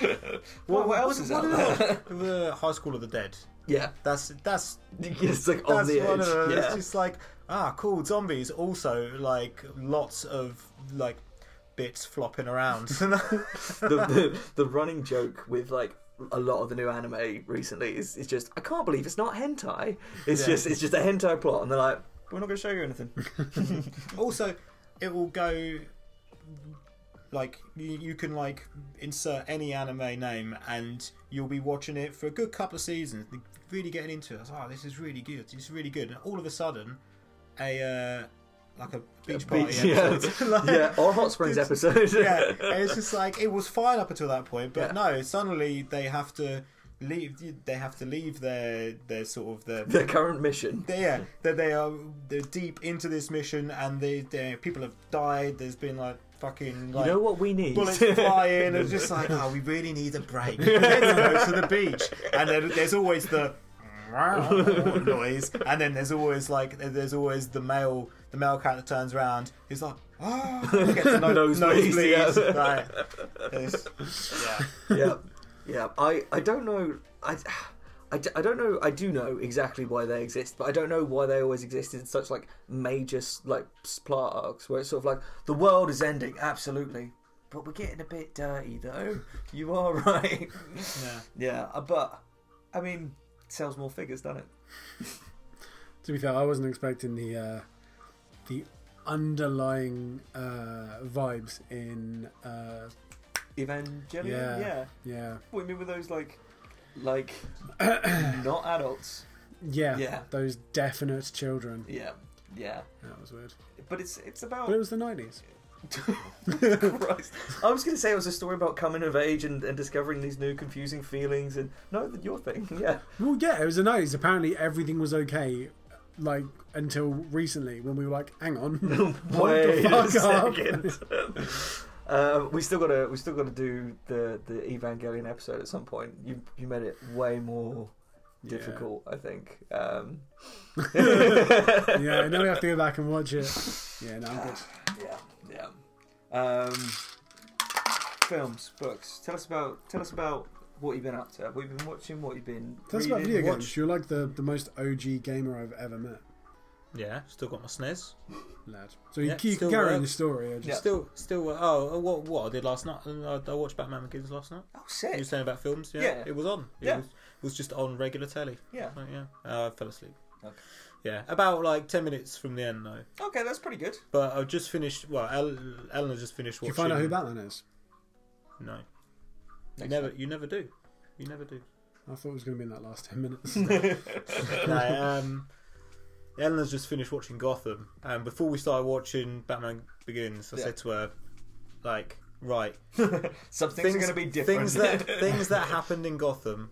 What, what else is out there?
the High School of the Dead.
Yeah,
That's that's
it's like on
That's
the
one of them.
edge.
It's
Yeah.
just like ah, cool zombies. Also, like lots of like bits flopping around.
the, the the running joke with like a lot of the new anime recently is, is just I can't believe it's not hentai. It's
Yeah.
just it's just a hentai plot, and they're like, we're not going to show you anything.
also, it will go like you, you can like insert any anime name, and you'll be watching it for a good couple of seasons, really getting into it. It's, oh, this is really good. This is really good. And all of a sudden, a uh, like a beach party
beach, yeah.
episode. Like-
yeah, or Hot Springs episode.
yeah, and it's just like it was fine up until that point, but
Yeah.
no, suddenly they have to leave. They have to leave their their sort of their.
their current mission.
yeah, that they are they're deep into this mission, and they, they people have died. There's been like fucking like
you know what we need?
bullets flying, and just like oh, we really need a break. Let's go to the beach, and then there's always the noise, and then there's always like there's always the male the male character turns around. He's like. Oh, gets a no,
Nosebleeds,
nosebleeds,
yeah.
like, it's- yeah.
yeah, yeah. I I don't know. I. I, d- I don't know. I do know exactly why they exist, but I don't know why they always existed in such like major s- like s- plot arcs where it's sort of like the world is ending. Absolutely, but we're getting a bit dirty though. You are right.
Yeah.
yeah, uh, but I mean, sells more figures, doesn't it?
To be fair, I wasn't expecting the uh, the underlying uh, vibes in uh,
Evangelion.
Yeah.
Yeah.
yeah
What do you mean with those like like not adults?
yeah
Yeah.
those definite children.
Yeah, yeah.
That was weird,
But it's it's about
but it was the nineties.
Christ. I was going to say it was a story about coming of age and, and discovering these new confusing feelings and no, that your thing, yeah,
Well, yeah, it was the nineties. Apparently, everything was okay, like until recently when we were like, "Hang on, hold
Wait
the
a
fuck up.
second. Uh, we still gotta, we still gotta do the the Evangelion episode at some point. You you made it way more difficult, I think. Um,
yeah, now we have to go back and watch it. Yeah, no, I'm good.
yeah, yeah. Um, films, books. Tell us about, tell us about what you've been up to. What you've been watching. What you've been.
That's about
reading,
video
watch-
games. You're like the, the most OG gamer I've ever met,
Yeah, still got my E sniz.
lad. So you,
Yeah,
you
still
can carry on
works.
your story. I
Yeah.
just
Still, still. uh, Oh, what? What I did last night? uh, I, I watched Batman Begins last night.
Oh,
You
sick.
were saying about films? Yeah,
Yeah.
it was on. It
Yeah.
was, it was just on regular telly.
Yeah.
Right, yeah. Uh, I fell asleep.
Okay.
Yeah, about like ten minutes from the end though.
Okay, that's pretty good.
But I've just finished. Well, El- Eleanor just finished
you
watching.
find out who Batman is.
No, you
Next
never. You never do. You never do.
I thought it was going to be in that last 10 minutes.
no, um, Eleanor's just finished watching Gotham, and before we started watching Batman Begins, I
Yeah.
said to her, like, right,
Some things, are going to be different.
Things that things that happened in Gotham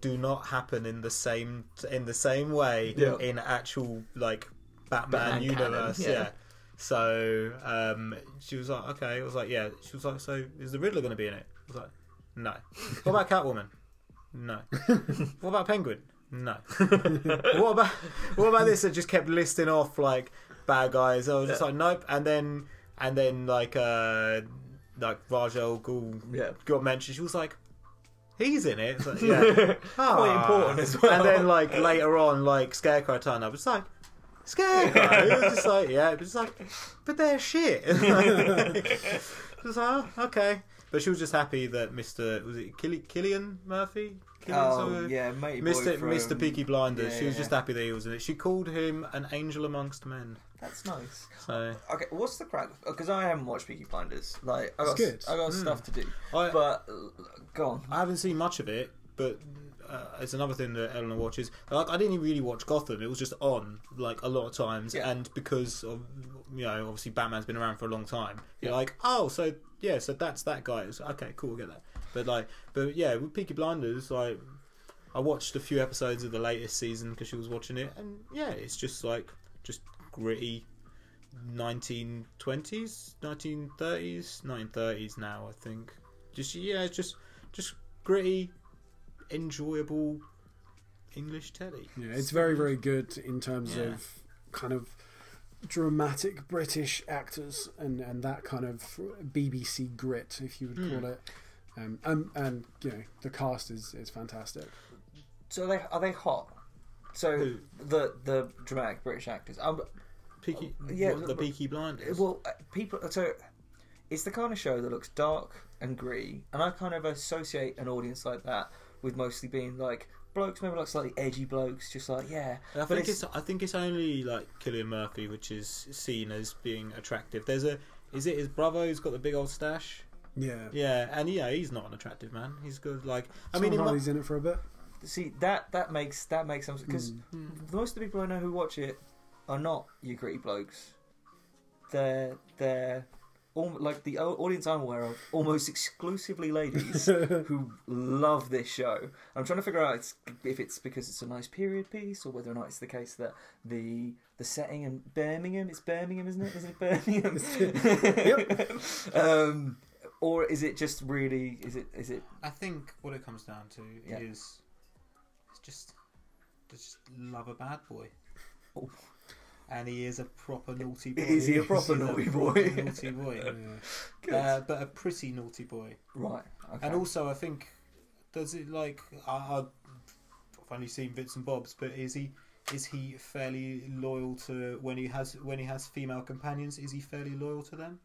do not happen in the same in the same way
Yeah.
in actual like Batman,
Batman canon,
universe.
yeah.
yeah. So um, she was like, okay. I was like, yeah. She was like, so is the Riddler going to be in it? I was like, no. What about Catwoman? No. what about Penguin? No. what about what about this? That just kept listing off like bad guys. I was just like, nope. And then and then like uh like Rajal Ghul
Yeah.
got mentioned. She was like, he's in it. It's like, yeah.
Quite
Ah.
important as well.
And then like later on, like Scarecrow turned up. It's like. Scarecrow. it was just like, yeah, it was like, but they're shit. It was like, oh, okay. But she was just happy that Mr. Was it Killi- Killian Murphy? Killian
oh
something?
yeah, matey boy
Mr.
from-
Mr. Peaky Blinders.
Yeah,
she was
yeah.
just happy that he was in it. She called him an angel amongst men.
That's nice.
So
Okay, what's the crack? Because I haven't watched Peaky Blinders. Like, I got,
good.
I got stuff to do.
Mm. I-
But uh, go on.
I haven't seen much of it, but uh, it's another thing that Eleanor watches. Like I didn't even really watch Gotham; it was just on like a lot of times,
Yeah.
and because of you know, obviously Batman's been around for a long time. You're
Yeah.
like, oh, so yeah, so that's that guy. It's, okay, cool, I get that. But like, but yeah, with Peaky Blinders, like. I watched a few episodes of the latest season because she was watching it, and yeah, it's just like just gritty 1920s, 1930s, 1930s now, I think. Just yeah, it's just just gritty, enjoyable English telly.
Yeah, it's very, very good in terms
Yeah.
of kind of dramatic British actors and, and that kind of BBC grit, if you would call it. Um, and, and you know the cast is, is fantastic.
So are they are they hot? So
Who?
the the dramatic British actors. Um,
Peaky,
yeah,
what, the Peaky Blinders.
well, uh, people. So it's the kind of show that looks dark and gritty, and I kind of associate an audience like that with mostly being like blokes, maybe like slightly edgy blokes, just like yeah.
I think it's, I think it's only like Killian Murphy which is seen as being attractive. There's a is it his brother who's got the big old stash?
Yeah,
Yeah, and yeah, he's not an attractive man. He's good. Like I mean,
Tom
he mu-
Hardy's in it for a bit.
see that that makes that makes sense because most of the people I know who watch it are not you gritty blokes. They're they're all, like the au- audience I'm aware of almost exclusively ladies who love this show. I'm trying to figure out it's, if it's because it's a nice period piece or whether or not it's the case that the the setting in Birmingham it's Birmingham isn't it isn't it Birmingham? yep. Um, or is it just really is it is it
I think what it comes down to
Yeah.
is it's just just love a bad boy.
Oh.
And he is a proper naughty boy.
Is he a proper
He's
naughty
proper
boy?
naughty boy.
Yeah.
Uh, but a pretty naughty boy.
right? Okay.
And also, I think does it like I, I've only seen bits and bobs, but is he is he fairly loyal to when he has when he has female companions? Is he fairly loyal to them?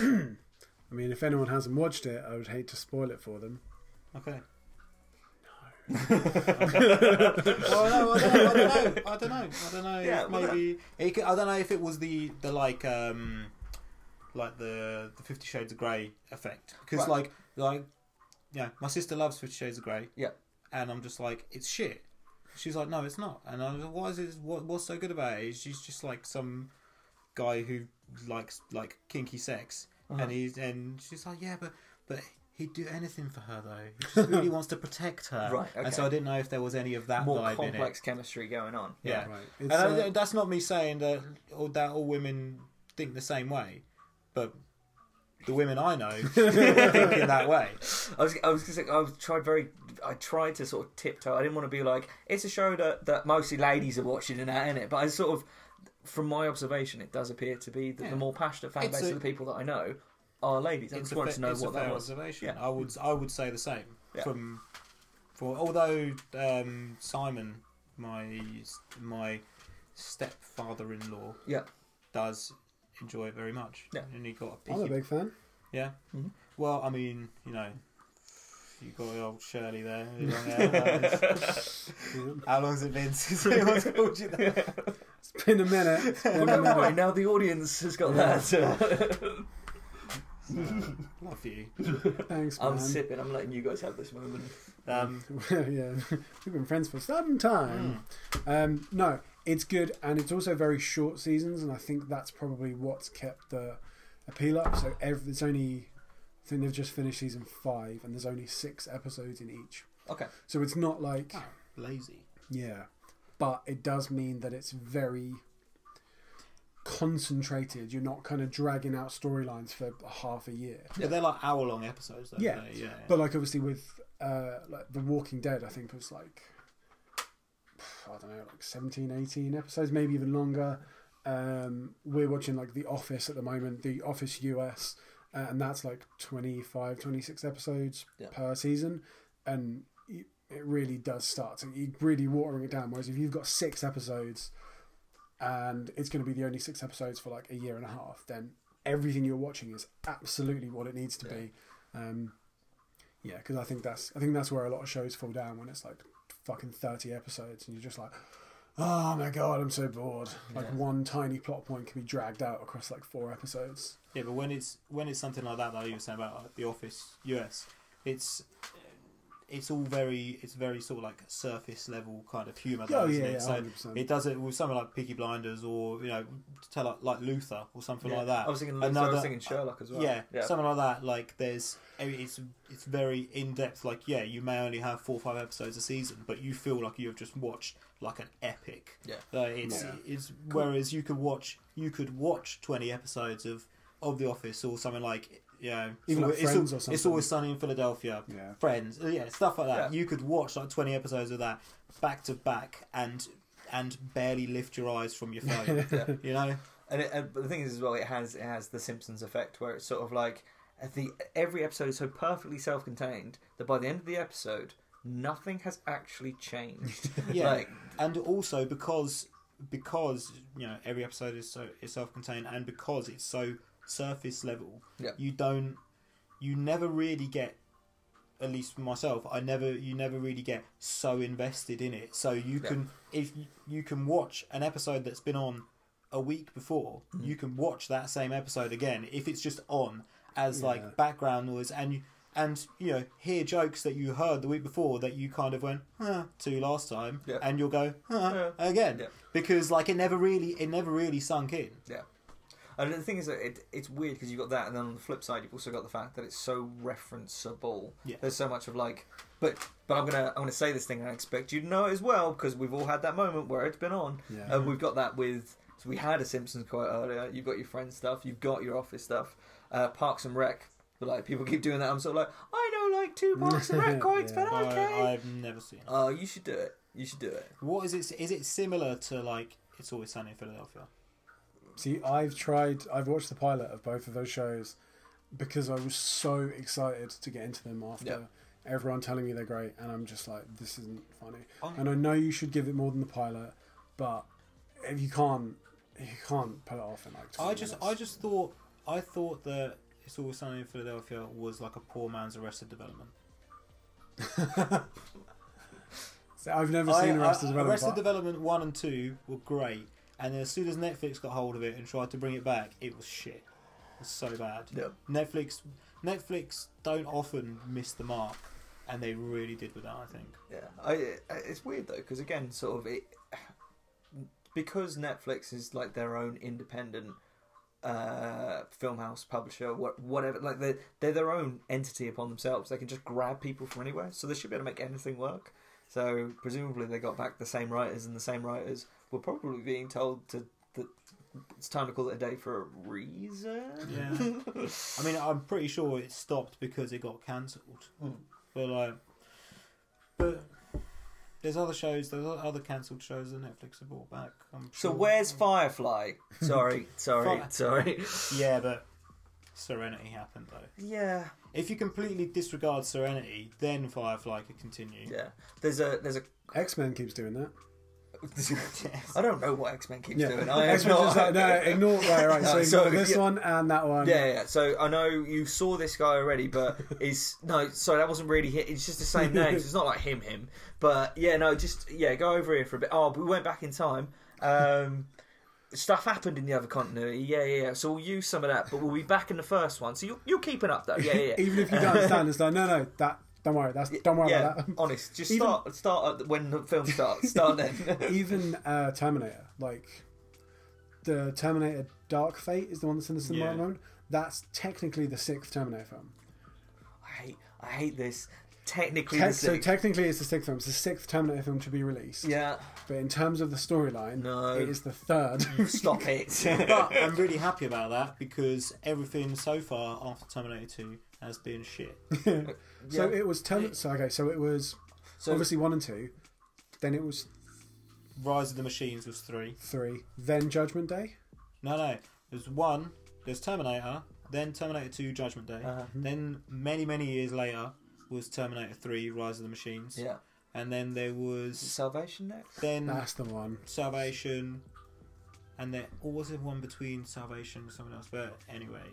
I mean, if anyone hasn't watched it, I would hate to spoil it for them.
Okay. No. well, no, I, don't, I don't know. I don't know. I don't know.
Yeah,
if
well,
maybe it could, I don't know if it was the the like um like the the Fifty Shades of Grey effect because
Right.
like like yeah, my sister loves Fifty Shades of Grey.
Yeah.
and I'm just like it's shit. She's like, no, it's not. And I was like, what is it? What, what's so good about it? She's just like some guy who likes like kinky sex, and he's and she's like, yeah, but but he'd do anything for her though. He just really wants to protect her,
Right,
And so
okay.
I didn't know if there was any of that
more
vibe in
complex
it.
chemistry going on.
Yeah,
Right. It's,
and I,
uh,
that's not me saying that all, that all women think the same way, but the women I know think in that way.
I was, I was, gonna say, I was tried very, I tried to sort of tiptoe. I didn't want to be like, it's a show that, that mostly ladies are watching and that in it. But I sort of, from my observation, it does appear to be that
Yeah.
the more passionate fan
It's
base
a-
of the people that I know are ladies. I just
a
wanted
fa-
to know
it's a
what that
fair
was.
Observation.
Yeah.
I would I would say the same
Yeah.
from for although um, Simon, my my stepfather-in-law,
Yeah,
does enjoy it very much.
Yeah.
and he got a
I'm a
peaky-
big fan.
yeah.
Mhm.
Well, I mean, you know, you got the old Shirley there. you know, yeah,
Yeah.
How long's it been since anyone's called you that?
It's been a minute. It's been a
well, don't
minute.
worry. Now the audience has got that.
Love you.
Thanks, man.
I'm sipping. I'm letting you guys have this moment.
Um,
yeah, we've been friends for some time. Um, no, it's good, and it's also very short seasons, and I think that's probably what's kept the appeal up. So every, it's only, I think they've just finished season five, and there's only six episodes in each.
Okay.
So it's not like,
lazy.
yeah, but it does mean that it's very concentrated. You're not kind of dragging out storylines for half a year.
Yeah, they're like hour long episodes, though.
Yeah.
aren't they? yeah.
But like obviously with uh, like The Walking Dead, I think was like I don't know, like 17, 18 episodes, maybe even longer. Um, we're watching like The Office at the moment, The Office US, uh, and that's like 25, 26 episodes
Yeah.
per season, and y- it really does start to you're really watering it down. Whereas if you've got six episodes, and it's going to be the only six episodes for like a year and a half, then everything you're watching is absolutely what it needs to be. Um, yeah, because I think that's I think that's where a lot of shows fall down when it's like fucking thirty episodes and you're just like, oh my god, I'm so bored. Like one tiny plot point can be dragged out across like four episodes.
Yeah, but when it's when it's something like that, though, you were saying about like, the Office US, it's it's all very it's very sort of like surface level kind of humor. Though,
Oh,
isn't
yeah,
it?
yeah,
so
100%.
it does it with something like Peaky Blinders or you know tell like, like Luther or something
Yeah.
like that.
I was thinking. Another, I
Another-
was thinking Sherlock as well.
Yeah,
Yeah.
something like that. Like there's it's it's very in depth. Like yeah, you may only have four or five episodes a season, but you feel like you have just watched like an epic.
Yeah.
Like, it's
Yeah.
it's whereas you could watch you could watch twenty episodes of of The Office or something like yeah.
Even like
it's, al-
Friends or
it's
something.
always sunny in Philadelphia.
Yeah.
Friends, uh, yeah, stuff like that.
Yeah.
You could watch like twenty episodes of that back to back and and barely lift your eyes from your phone.
Yeah.
You know.
And, it, and but the thing is as well, it has it has the Simpsons effect where it's sort of like at the every episode is so perfectly self-contained that by the end of the episode, nothing has actually changed.
yeah,
Like,
and also because because you know every episode is so is self-contained, and because it's so surface level,
Yeah.
you don't you never really get at least for myself i never you never really get so invested in it so you
Yeah.
can if you, you can watch an episode that's been on a week before
Mm.
you can watch that same episode again if it's just on as like background noise and you and you know hear jokes that you heard the week before that you kind of went huh, to last time
Yeah.
and you'll go huh,
Yeah.
again
Yeah.
because like it never really it never really sunk in
yeah. And the thing is that it, it's weird because you've got that, and then on the flip side, you've also got the fact that it's so referenceable.
Yeah.
There's so much of like, but but I'm gonna I'm gonna say this thing, and I expect you to know it as well because we've all had that moment where it's been on.
Yeah.
And we've got that with. So we had a Simpsons quote earlier. You've got your friend stuff. You've got your office stuff. Uh, Parks and Rec. But like people keep doing that. I'm sort of like, I know like two Parks and Rec quotes,
Yeah.
but
I,
okay.
i've never seen it.
Oh, you should do it. You should do it.
what is it is it similar to like it's always sunny in philadelphia
See, I've tried. I've watched the pilot of both of those shows because I was so excited to get into them after
Yeah.
everyone telling me they're great, and I'm just like, this isn't funny.
Oh.
And I know you should give it more than the pilot, but if you can't, you can't pull it off in like. 20
I just I
minutes.
just thought I thought that It's Always Sunny in Philadelphia was like a poor man's Arrested Development.
So I've never
I-
seen
I-
Arrested Development.
Arrested
but-
Development one and two were great, and then as soon as Netflix got hold of it and tried to bring it back, it was shit. It was so bad.
Yep.
Netflix Netflix don't often miss the mark, and they really did with that. I think.
Yeah, I, I- it's weird though because again, sort of it because Netflix is like their own independent uh film house publisher wha- whatever like they're, they're their own entity upon themselves they can just grab people from anywhere so they should be able to make anything work so presumably they got back the same writers and the same writers were probably being told to that it's time to call it a day for a reason
Yeah. I mean, I'm pretty sure it stopped because it got cancelled.
Hmm.
But like, but there's other shows, there's other cancelled shows that Netflix have brought back. I'm
so
sure.
where's firefly sorry sorry
Fi-
sorry
Yeah, but Serenity happened though.
yeah
If you completely disregard Serenity, then Firefly could continue.
yeah there's a there's a
X Men keeps doing that.
I don't know what X Men keeps doing. I
X
am
Men
not.
just like no, ignore right, right. So
No,
ignore
so,
this
yeah.
one and that one.
Yeah, yeah. So I know you saw this guy already, but it's no. Sorry, that wasn't really him. It's just the same name. so it's not like him, him. But yeah, no. Just yeah, go over here for a bit. Oh, we went back in time. Um, stuff happened in the other continuity. Yeah, yeah, yeah. So we'll use some of that, but we'll be back in the first one. So you're, you're keeping up though. Yeah, yeah. yeah.
Even if you don't understand, it's like no, no, that don't worry, that's don't worry
yeah,
about that.
honest. Just
Even-
start start at when the film starts. Start then.
Even uh, Terminator, like the Terminator Dark Fate is the one that's in the cinema at the
Yeah.
moment. That's technically the sixth Terminator film.
I hate I hate this. Technically,
Tec-
the
so
sixth.
technically, it's the sixth film. It's the sixth Terminator film to be released.
yeah.
But in terms of the storyline,
No.
it is the third.
Stop it.
But I'm really happy about that because everything so far after Terminator 2 has been shit.
So it was Terminator. So okay, so it was
So-
obviously one and two, then it was
Rise of the Machines was three.
three, then Judgment Day.
No, no. There's one. There's Terminator. Then Terminator 2 Judgment Day. Then many, many years later was Terminator 3 Rise of the Machines.
yeah.
And then there was
Salvation next.
then
That's the one.
Salvation. And there or was there one between Salvation and someone else? But anyway,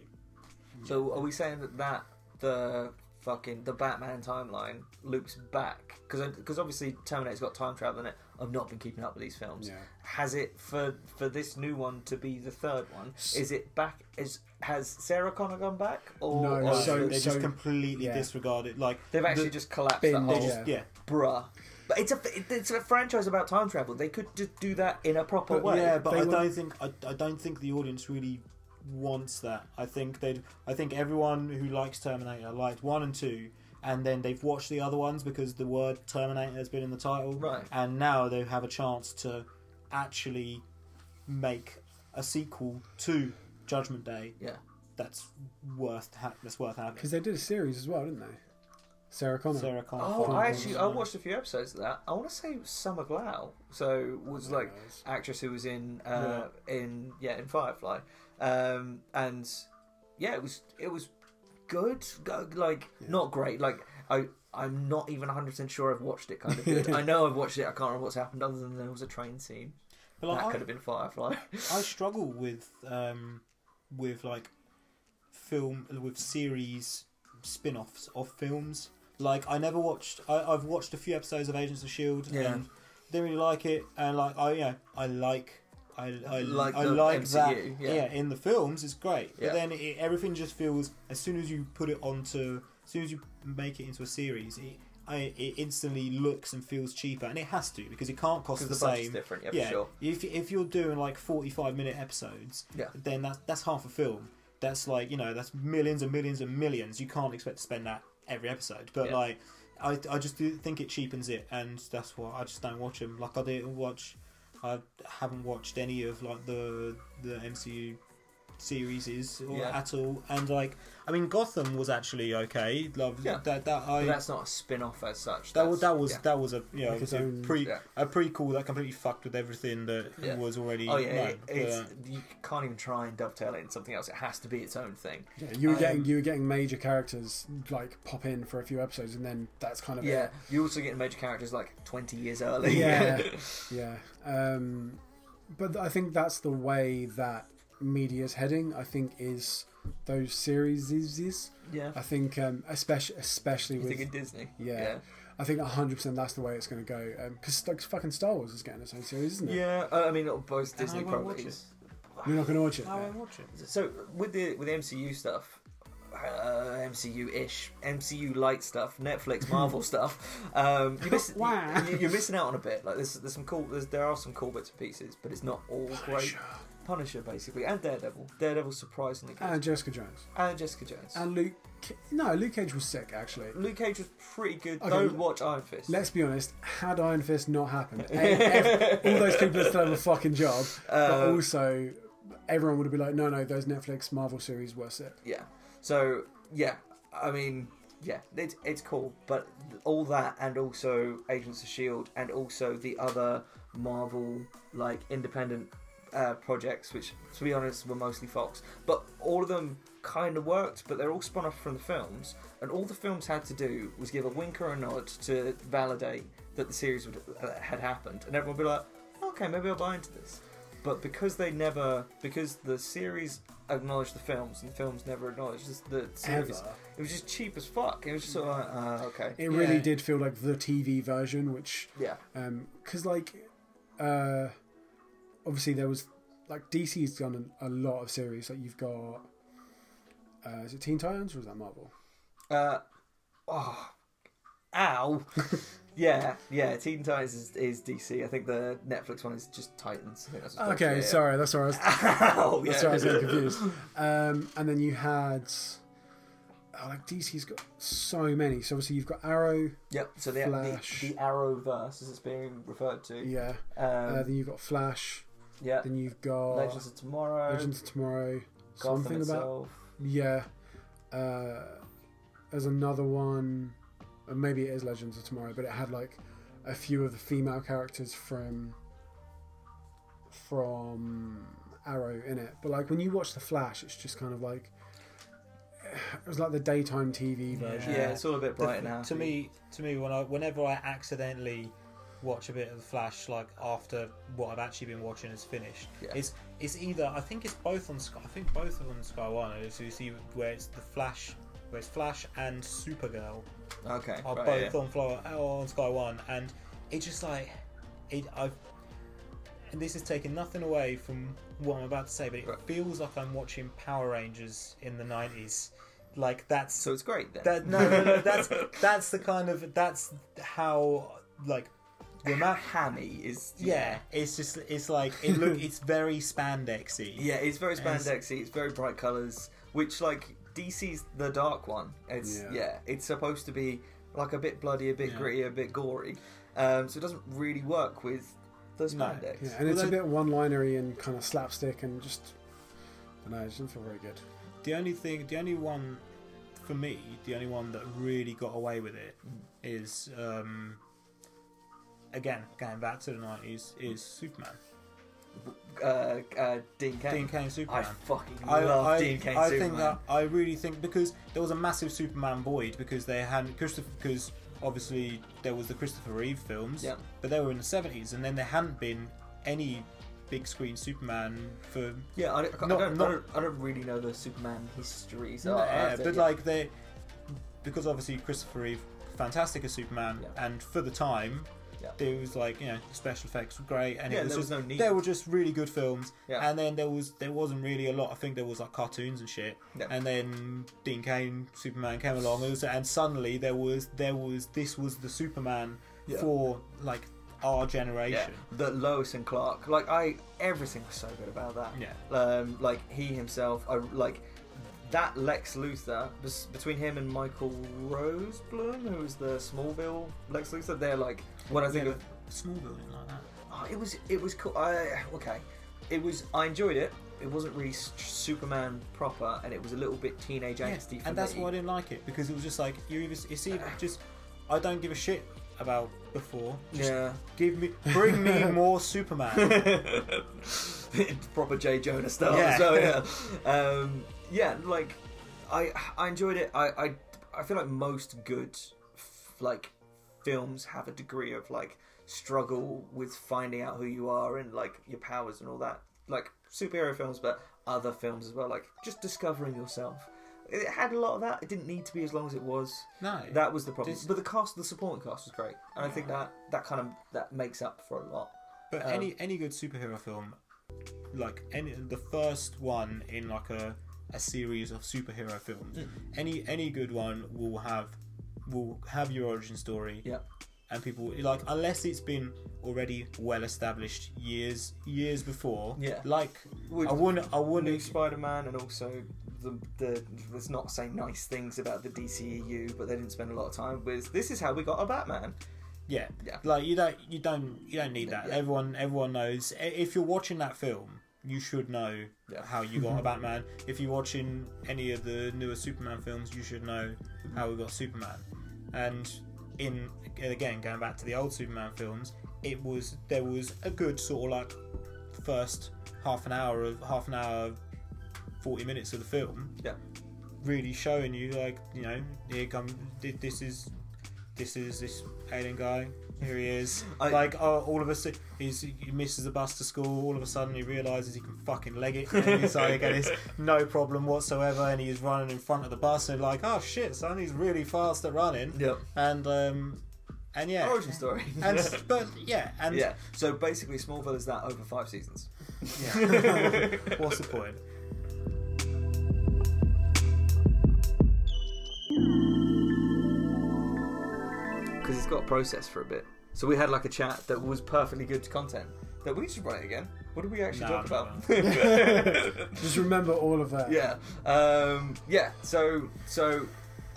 So are we saying that that the fucking the Batman timeline loops back because obviously Terminator's got time travel in it. I've not been keeping up with these films.
Yeah.
Has it for for this new one to be the third one? Is it back? Is has Sarah Connor gone back? Or,
No,
or
no. So-
they
so-
just completely
yeah.
disregarded. Like
they've actually
the-
just collapsed that
Been-
whole
they just-
Yeah.
yeah.
bruh. But it's a it's a franchise about time travel. They could just do that in a proper
But
way.
Yeah, but
they
I
were-
don't think I, I don't think the audience really wants that. I think they would I think everyone who likes Terminator liked one and two, and then they've watched the other ones because the word Terminator has been in the title,
Right.
And now they have a chance to actually make a sequel to Judgment Day
Yeah.
that's worth ha- that's worth having.
Because they did a series as well, didn't they? Sarah Connor.
Sarah Connor.
Oh,
Connor
I
was-
actually I watched a few episodes of that. I want to say Summer Glau, so
Oh,
was like actress who was in uh, in yeah in Firefly, um, and yeah, it was it was good, go- like not great. Like I I'm not even 100 percent sure I've watched it. Kind of good. I know I've watched it. I can't remember what's happened other than there was a train scene
But, like,
that
Oh, I-
could have been Firefly.
I struggle with um, with like film with series spin-offs of films. Like I never watched. I, I've watched a few episodes of Agents of Shield
Yeah.
E and didn't really like it. And like I yeah, I like. I, I
Like
like, I
the
like that.
MCU, yeah.
Yeah. in the films it's great,
Yeah.
but then it, everything just feels as soon as you put it onto, as soon as you make it into a series, it, I, it instantly looks and feels cheaper, and it has to because it can't cost the,
Because the budget's
same.
different, yeah, for sure.
If if you're doing like 45 minute episodes,
Yeah.
then that's that's half a film. That's like you know that's millions and millions and millions. You can't expect to spend that every episode. But
Yeah.
like, I I just do think it cheapens it, and that's why I just don't watch them. Like I didn't watch, I haven't watched any of like the the MCU series is or
Yeah.
at all and like i mean gotham was actually okay love
Yeah.
that that i
But that's not a spin-off as such.
that was
that's-
that was
yeah.
that was a you know
Like
it
its
was a
own-
pre
Yeah.
a prequel that completely fucked with everything that
Yeah.
was already.
Oh yeah,
known,
it- it's,
but-
you can't even try and dovetail it in something else. It has to be its own thing.
Yeah, you were
Um,
getting you were getting major characters like pop in for a few episodes, and then that's kind of
Yeah,
it.
you also get major characters like 20 years early.
Yeah, yeah. Um, but I think that's the way that media's heading. I think is those series is.
yeah.
I think um, especially especially
You
with
think in Disney?
yeah, I think hundred percent that's the way it's going to go. Because like fucking Star Wars is getting its own series, isn't
Yeah,
it?
uh, I mean, both Disney
I won't watch
properties.
You're not going to watch it.
No, I
yeah.
watch it.
So with the with the MCU stuff, uh, MCU ish, MCU light stuff, Netflix, Marvel stuff, um, you miss,
Wow.
you, are missing out on a bit. Like there's there's some cool there's, there are some cool bits and pieces, but it's not all great. Punisher basically, and Daredevil. Daredevil surprisingly good,
And Jessica Jones
and Jessica Jones.
Uh, and Luke. No, Luke Cage was sick actually.
Luke Cage was pretty good.
Okay,
Don't
l-
watch Iron Fist.
Let's be honest, had Iron Fist not happened, e- ev- all those people would still have a fucking job.
Uh,
but also, everyone would have been like, no, no, those Netflix Marvel series were sick.
Yeah. So yeah, I mean, yeah, it's it's cool, but all that and also Agents of Shield E and also the other Marvel like independent uh, projects, which to be honest were mostly Fox, but all of them kind of worked, but they're all spun off from the films, and all the films had to do was give a wink or a nod to validate that the series would, uh, had happened, and everyone would be like, okay, maybe I'll buy into this but because they never because the series acknowledged the films and the films never acknowledged this- the series
Ever.
it was just cheap as fuck it was just sort of like uh, okay
It really
Yeah.
did feel like the TV version, which, um,
yeah
because, like, uh, obviously there was like DC's done a, a lot of series. Like you've got, uh, is it Teen Titans or is that Marvel?
Uh, oh, ow. yeah, yeah. Teen Titans is, is DC. I think the Netflix one is just Titans. I think that's what's
Okay,
Oh, yeah, yeah.
sorry, that's all. I was,
Ow, Oh, yeah.
that's why I was getting confused. Um, and then you had, oh, like DC's got so many. So obviously you've got Arrow.
Yep. So the,
Flash.
the the Arrowverse, as it's being referred to.
Yeah.
Um,
Uh, then you've got Flash.
yeah.
Then you've got
Legends of Tomorrow.
Legends of Tomorrow.
Gotham
something about
itself.
yeah. Uh, there's another one, or maybe it is Legends of Tomorrow, but it had like a few of the female characters from from Arrow in it. But like when you watch The Flash, it's just kind of like it was like the daytime TV version.
Yeah. it's all a bit bright now.
To me, to me, when I, whenever I accidentally watch a bit of the Flash, like after what I've actually been watching is finished,
Yeah.
it's it's either I think it's both on Sky. I think both of them on Sky One. So you see where it's the Flash, where it's Flash and Supergirl
okay.
are
right,
both
yeah.
on Flo- oh, on Sky One, and it's just like it. I've and this is taking nothing away from what I'm about to say, but it
Right.
feels like I'm watching Power Rangers in the '90s. Like that's
So it's great then.
that no, no, no that's that's the kind of that's how like the amount.
hammy is
Yeah, it's just it's like it look it's very spandexy.
Yeah, it's very
Yes.
spandexy. It's very bright colors, which like DC's the dark one. It's
Yeah.
yeah, it's supposed to be like a bit bloody, a bit
Yeah.
gritty, a bit gory. Um, so it doesn't really work with the
No.
spandex.
Yeah, and it's a
Although-
bit one-linery and kind of slapstick and just I don't know, it doesn't feel very good.
The only thing, the only one for me, the only one that really got away with it is, um, again, going back to the nineties, is Superman.
Uh, uh, Dean Kane.
Dean Kane
I
Superman.
fucking love Dean Kane
I
Superman.
think that I really think because there was a massive Superman void because they had Christopher because obviously there was the Christopher Reeve films,
Yeah.
but they were in the seventies, and then there hadn't been any big screen Superman for
yeah, I don't, I,
Not-
don't,
not-
I, don't, I don't really know the Superman history. So
No,
I have to-
but
yeah.
like they, because obviously Christopher Reeve, fantastic as Superman,
Yeah.
and for the time,
Yeah.
there was like you know special effects were great, and
Yeah,
it was
there was
just
no need.
they were just really good films.
Yeah.
And then there was there wasn't really a lot. I think there was like cartoons and shit.
Yeah.
And then Dean Kane Superman came along, and, and suddenly there was there was this was the Superman
Yeah.
for like our
yeah,
generation.
the Lois and Clark. Like I, everything was so good about that.
Yeah.
um, like he himself, I, like that Lex Luthor bes- between him and Michael Roseblum, who was the Smallville Lex Luthor. They're like what I think
Yeah,
of.
but small building like that.
Oh, it was it was cool. I, okay, it was. I enjoyed it. It wasn't really s- Superman proper, and it was a little bit teenage
Yeah,
angsty. for
and that's
me.
why I didn't like it because it was just like you either it's either just I don't give a shit about before. Just
Yeah,
give me bring me more Superman.
It's proper J Jonah style.
Yeah.
So yeah, um, yeah. Like I, I enjoyed it. I, I, I feel like most good, f- like, films have a degree of like struggle with finding out who you are and like your powers and all that. Like superhero films, but other films as well. Like just discovering yourself. It had a lot of that. It didn't need to be as long as it was.
No.
That was the problem.
This-
But the cast, the supporting cast was great, and I think that that kind of that makes up for a lot.
But
Um,
any any good superhero film, like any the first one in like a a series of superhero films,
Hmm.
any any good one will have will have your origin story.
Yeah.
And people like unless it's been already well established years years before.
Yeah.
Like
Would-
I wouldn't I
new
wouldn't
Spider-Man and also the, the let's not say nice things about the DCEU, but they didn't spend a lot of time with this is how we got our Batman.
Yeah,
Yeah.
Like you don't, you don't, you don't need
Yeah,
that.
yeah.
Everyone, everyone knows. I- If you're watching that film, you should know
Yeah.
how you got a Batman. If you're watching any of the newer Superman films, you should know how we got Superman. And in and again, going back to the old Superman films, it was there was a good sort of like first half an hour of half an hour, forty minutes of the film
Yeah.
really showing you like you know here come thi- this is this is this alien guy here he is
I-
like oh all of a sudden he's, he misses the bus to school all of a sudden he realizes he can fucking leg it and he's like and it's no problem whatsoever and he's running in front of the bus and like oh shit son he's really fast at running
Yep. Oh,
and um and yeah
Origin story.
and but yeah and
yeah. So basically Smallville is that over five seasons.
What's the point?
because it's got processed for a bit. So we had like a chat that was perfectly good to content. That we should write again. What did we actually
No,
talk
no,
about?
Just remember all of that.
yeah, um, yeah. So, so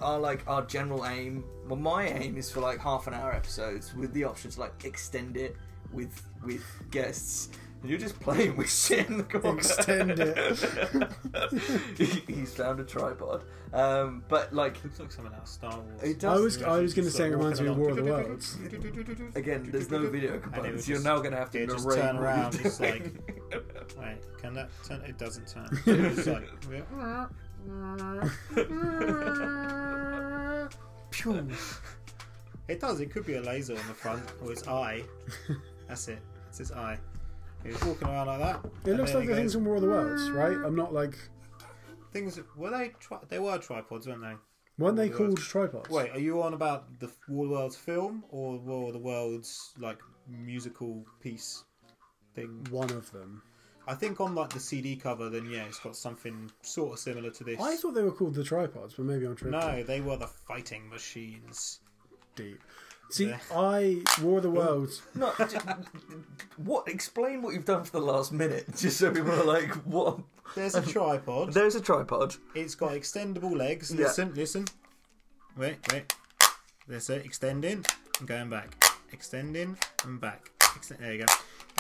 our like our general aim. Well, my aim is for like half an hour episodes with the option to like extend it with with guests. And you're just playing with shit in the corner.
Extend
it. He's found a tripod, um, but like
Looks like something out of Star Wars.
it does.
I was I was going to say it
Walking
reminds me of
along.
War of the Worlds.
Again, there's no video
it was
components. You're
just-
now going to have to
Yeah,
narrate
just turn
what
around.
you're
It's like,
doing.
wait, can that turn? It doesn't turn. It's like, yeah. Pew. It does. It could be a laser on the front or its eye. That's it. It's its eye. It was walking around like that.
It
and
looks
then
like the
goes-
things from War of the Worlds, right? I'm not like
Things were they? Tri- they were tripods, weren't they?
weren't they
War of the
called
Worlds.
tripods?
Oh, Wait, are you on about the War of the Worlds film or War of the Worlds like musical piece thing?
one of them.
I think on like the CD cover, then yeah, it's got something sort of similar to this.
I thought they were called the tripods, but maybe I'm tripping.
no, they were the fighting machines.
Deep. See, I War of the Worlds.
No, j- what? Explain what you've done for the last minute, just so people are like, what?
There's a tripod.
There's a tripod.
It's got extendable legs.
Yeah.
Listen, listen. Wait, wait. That's it. Extending and going back. Extending and back. Extend- there you go.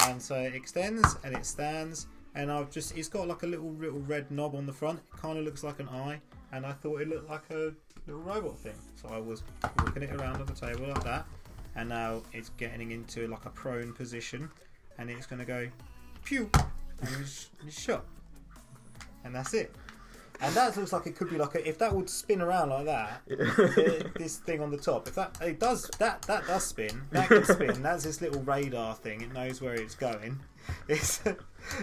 And so it extends and it stands. And I've just, it's got like a little, little red knob on the front. It kind of looks like an eye. And I thought it looked like a little robot thing. So I was walking it around on the table like that. And now it's getting into like a prone position. And it's going to go pew. And it's, it's shot. And that's it. And that looks like it could be like a, if that would spin around like that, uh, this thing on the top. If that it does that that does spin, that can spin. That's this little radar thing. It knows where it's going. It's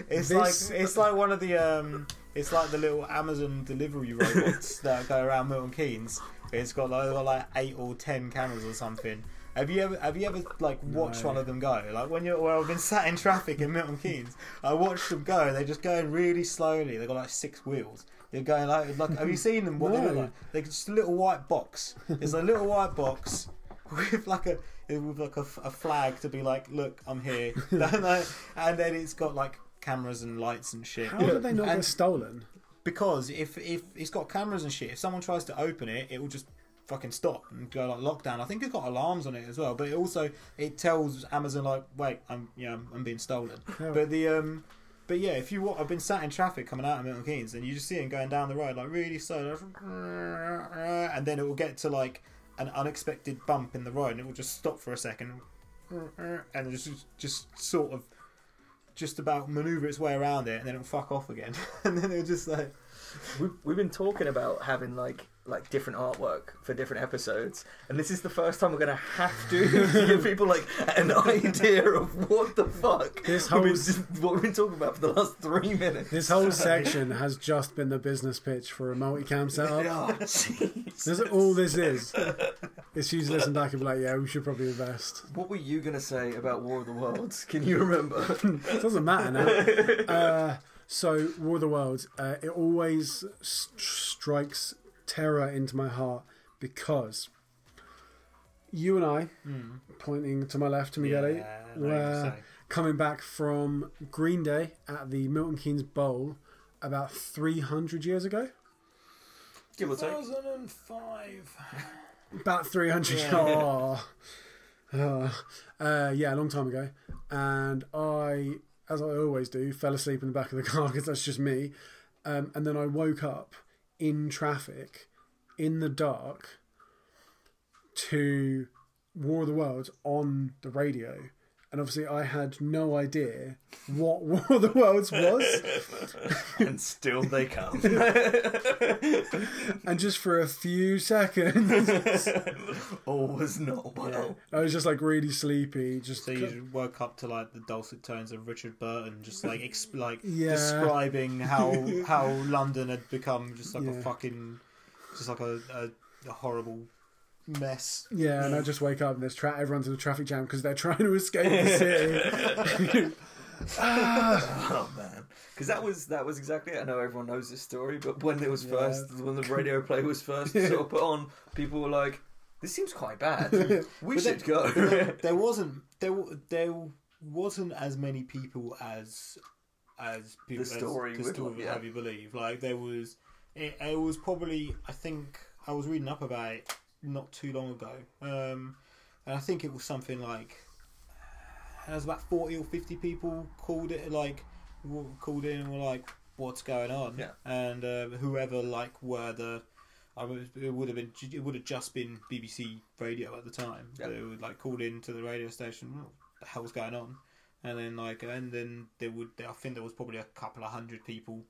it's
This-
like it's like one of the um it's like the little Amazon delivery robots that go around Milton Keynes. It's got like, they've got like eight or ten cameras or something. Have you ever have you ever like watched one of them go? Like when you're where I've been sat in traffic in Milton Keynes, I watched them go. and They're just going really slowly. They've got like six wheels. You're going like, like have you seen them? What they look
No.
like? They're just a little white box. It's a little white box with like a with like a, a flag to be like, look, I'm here. and then it's got like cameras and lights and shit.
How did they not
And-
get stolen?
because if if it's got cameras and shit, if someone tries to open it, it will just fucking stop and go like lockdown. I think it's got alarms on it as well, but it also it tells Amazon like, wait, I'm you know, I'm being stolen. But the um, but yeah, if you want, I've been sat in traffic coming out of Milton Keynes, and you just see him going down the road like really slow, like, and then it will get to like an unexpected bump in the road, and it will just stop for a second, and just just sort of just about maneuver its way around it, and then it'll fuck off again, and then it'll just like.
We've, we've been talking about having like like different artwork for different episodes, and this is the first time we're going to have to, to give people like an idea of what the fuck
This
we've been-
whole-
what we've been talking about for the last three minutes.
This whole section has just been the business pitch for a multi-cam setup.
Oh, jeez.
This is all this is. It's you to listen back and be like, yeah, we should probably invest.
What were you going to say about War of the Worlds? Can you remember?
It doesn't matter now. Uh, so, War of the Worlds, uh, it always st- strikes terror into my heart because you and I, pointing to my left to Miguel,
I know what you're
were
saying.
coming back from Green Day at the Milton Keynes Bowl about 300 years ago.
Give or take.
2005.
About 300. Oh. Oh. Uh, yeah, a long time ago. And I, as I always do, fell asleep in the back of the car because that's just me. Um, and then I woke up in traffic, in the dark, to War of the Worlds on the radio. And obviously, I had no idea what War of the Worlds was.
and still they come.
and just for a few seconds,
Always not well.
I was just like really sleepy. Just
So you woke up to like the dulcet tones of Richard Burton, just like exp- like
Yeah.
describing how how London had become just like
Yeah.
a fucking just like a, a, a horrible mess.
Yeah, and I just wake up and there's tra- everyone's in a traffic jam because they're trying to escape the city.
Oh man, because that was that was exactly it. I know everyone knows this story, but when it was
Yeah.
first, when the radio play was first sort of put on, people were like, "This seems quite bad. We
But
should
then-
go."
there, there wasn't there wa- there wasn't as many people as as people as
story
the
would-
story would
yeah.
have you believe. Like there was it, it was probably I think I was reading up about it not too long ago, um, and I think it was something like there was about forty or fifty people called it like w- called in and were like, "What's going on?"
Yeah.
and uh, whoever like were the I was, it would have been it would have just been BBC Radio at the time.
Yeah.
They would like call in to the radio station. What the hell's going on? And then like and then there would I think there was probably a couple of hundred people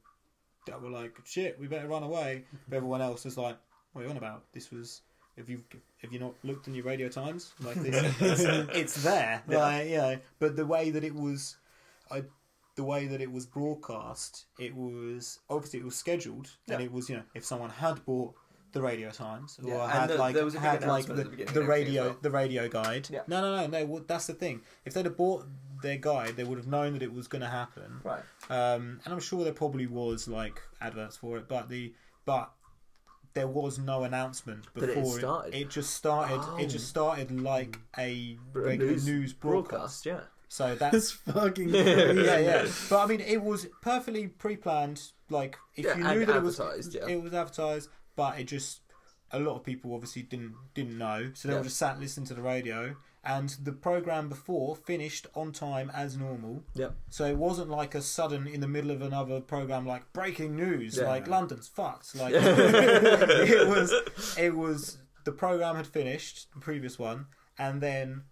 that were like shit. We better run away. But everyone else was like, what are you on about? This was if you if you not looked in your radio times like this, it's, it's there.
Yeah.
Like you know, but the way that it was, I the way that it was broadcast, it was obviously it was scheduled, and
Yeah.
it was you know if someone had bought the radio times or
Yeah, and
had
the-
like
there was a big
had like
announcement
the,
at the beginning
the
and everything as
radio
well.
the radio guide.
Yeah.
No, no, no, no. Well, that's the thing. If they'd have bought their guide, they would have known that it was going to happen.
Right.
Um, and I'm sure there probably was like adverts for it, but the but there was no announcement
it
before
started. Oh.
It, just started. It just started like a regular news, broadcast.
broadcast, yeah.
So
That's
that's
fucking
yeah, yeah. But I mean, it was perfectly pre-planned. Like if
Yeah,
you
and
knew that it was
advertised, yeah.
it was advertised, but it just a lot of people obviously didn't didn't know, so they
Yeah.
were just sat listening to the radio. And the program before finished on time as normal.
Yep.
So it wasn't like a sudden in the middle of another program like breaking news,
Yeah.
like London's fucked. Like it was, it was the program had finished the previous one, and then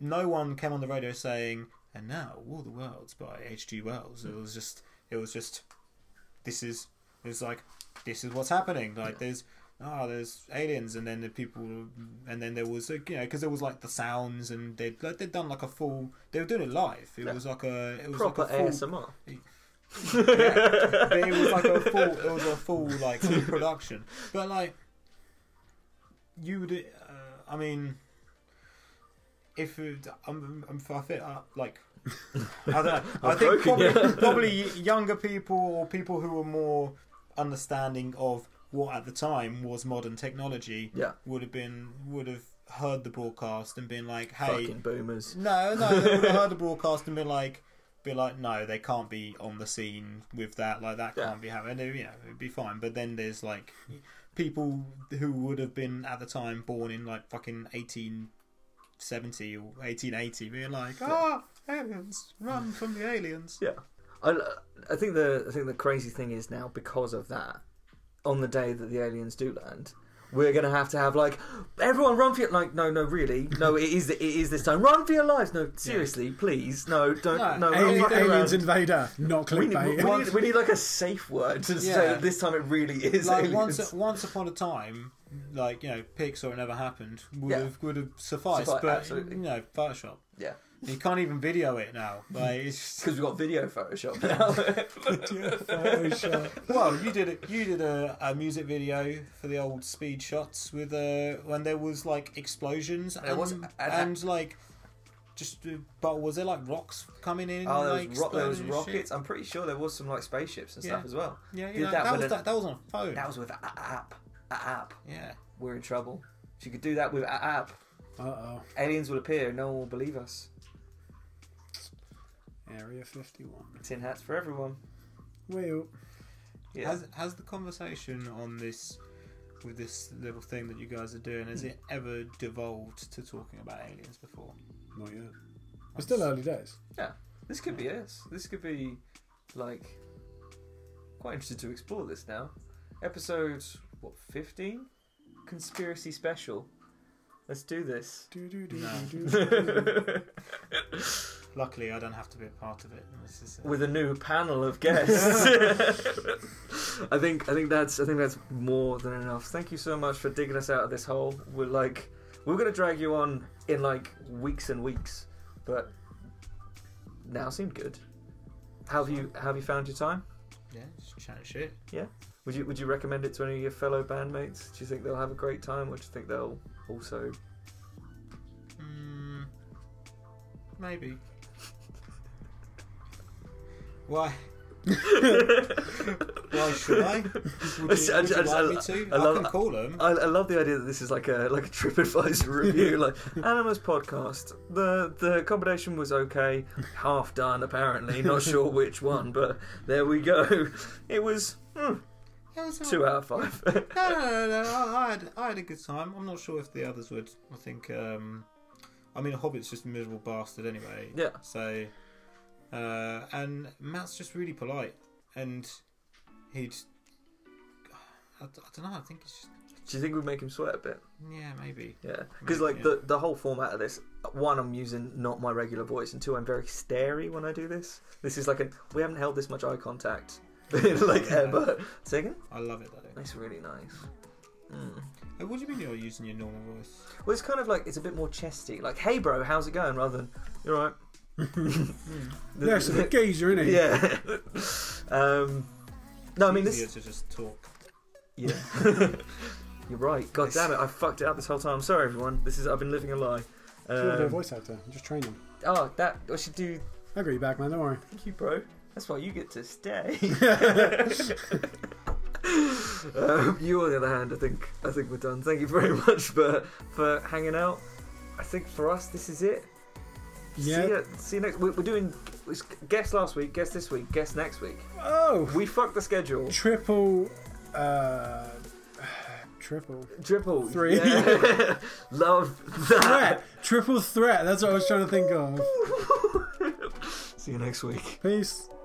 no one came on the radio saying, "And now War of the Worlds" by H.G. Wells. It was just, it was just, this is, it was like, this is what's happening. Like there's, ah, there's aliens, and then the people, and then there was, like, you know, because there was like the sounds, and they like they'd done like a full, they were doing it live. It was like a, it was
Proper
like a full,
ASMR.
but it was like a full, it was a full like production. But like, you would, uh, I mean, if it, I'm, I'm, I think uh, like, I don't know. I think probably, probably younger people or people who were more understanding of what at the time was modern technology
Yeah.
would have been would have heard the broadcast and been like, hey.
Fucking boomers.
No, no, they would have heard the broadcast and been like, be like, no, they can't be on the scene with that. Like that can't be happening. You know, it'd be fine. But then there's like people who would have been at the time born in like fucking eighteen seventy or eighteen eighty, being like, ah, aliens, run from the aliens.
Yeah. I, I think the I think the crazy thing is now because of that, on the day that the aliens do land, we're gonna have to have like everyone run for your like no no really no it is it is this time run for your lives no seriously please no don't
No,
no,
Alien,
fuck
aliens
around.
invader, not
we, need, we,
clickbait.
need, we need like a safe word to say
Yeah.
that this time it really is
Like
aliens.
once, once upon a time, like you know, Pixar it never happened would
Yeah.
have would have sufficed,
Suffi-
but
absolutely.
you know, Photoshop.
yeah,
You can't even video it now. Like it's just,
because we've got video Photoshop now.
Oh,
Well, you did a, you did a, a music video for the old speed shots with uh, when there was like explosions and,
There was-
and,
and-
like just uh, but was there like rocks coming in?
oh,
and,
there
like,
was, ro- there was
exploding and shit?
rockets. I'm pretty sure there was some like spaceships and
Yeah.
stuff as well.
Yeah,
Did
yeah.
that
That,
with
was
a-
that, that was on a phone.
That was with a a- app. A app.
yeah.
We're in trouble. She could do that with a app.
Uh oh,
Aliens will appear. No one will believe us.
Area 51.
Tin hats for everyone.
Well,
Yeah.
Has has the conversation on this with this little thing that you guys are doing
Hmm.
has it ever devolved to talking about aliens before?
not yet. It's still early days.
This could be us. This could be like quite interested to explore this now. Episode what fifteen? Conspiracy special. Let's do this.
Do, do, do,
No.
do, do.
Luckily, I don't have to be a part of it. This is uh,
With a new panel of guests. I think I think that's I think that's more than enough. Thank you so much for digging us out of this hole. We're like we're gonna drag you on in like weeks and weeks, but now seemed good. How have you how have you found your time?
yeah, just chatting shit.
Would you would you recommend it to any of your fellow bandmates? Do you think they'll have a great time, or do you think they'll also?
Hmm, Mm, maybe. Why? Why should I? Would you,
I- I-
would you
I-
like
I-
me to?
I
I,
love- Uh,
can call them.
I, I love the idea that this is like a like a TripAdvisor review, like Animals podcast. The the accommodation was okay, half done apparently. Not sure which one, but there we go. It was hmm, two out of five.
No, no, no, no. I, I, had, I had a good time. I'm not sure if the others would. I think. Um, I mean, Hobbit's just a miserable bastard anyway.
yeah,
So, uh, and Matt's just really polite, and he'd. I, don't know. I think he's just.
do you think we make him sweat a bit?
Yeah, maybe.
Yeah, because
Yeah,
like
yeah.
the the whole format of this, one I'm using not my regular voice, and two I'm very stary when I do this. This is like a we haven't held this much eye contact like
Yeah.
ever. Second,
I love it though.
it's really nice. Mm.
Hey, What do you mean you're using your normal voice?
Well, it's kind of like it's a bit more chesty, like "Hey, bro, how's it going?" rather than "You're right."
That's a geezer, isn't he?
yeah. um, no, I mean this.
Easier to just talk.
Yeah. You're right. God damn it! I fucked it up this whole time. I'm sorry, everyone. This is I've been living a lie.
Should have done a
Um,
voice actor. Just train him.
oh, that I should do.
I got you back, man. Don't worry.
Thank you, bro. That's why you get to stay. um, you, on the other hand, I think I think we're done. Thank you very much for for hanging out. I think for us, this is it. See,
Yeah.
ya, see you next. We're, we're doing it's guest last week, guest this week, guest next week.
Oh,
We fucked the schedule.
triple. Uh, triple.
Triple
Three.
Yeah. Love that.
Threat. triple threat. That's what I was trying to think of.
See you next week.
Peace.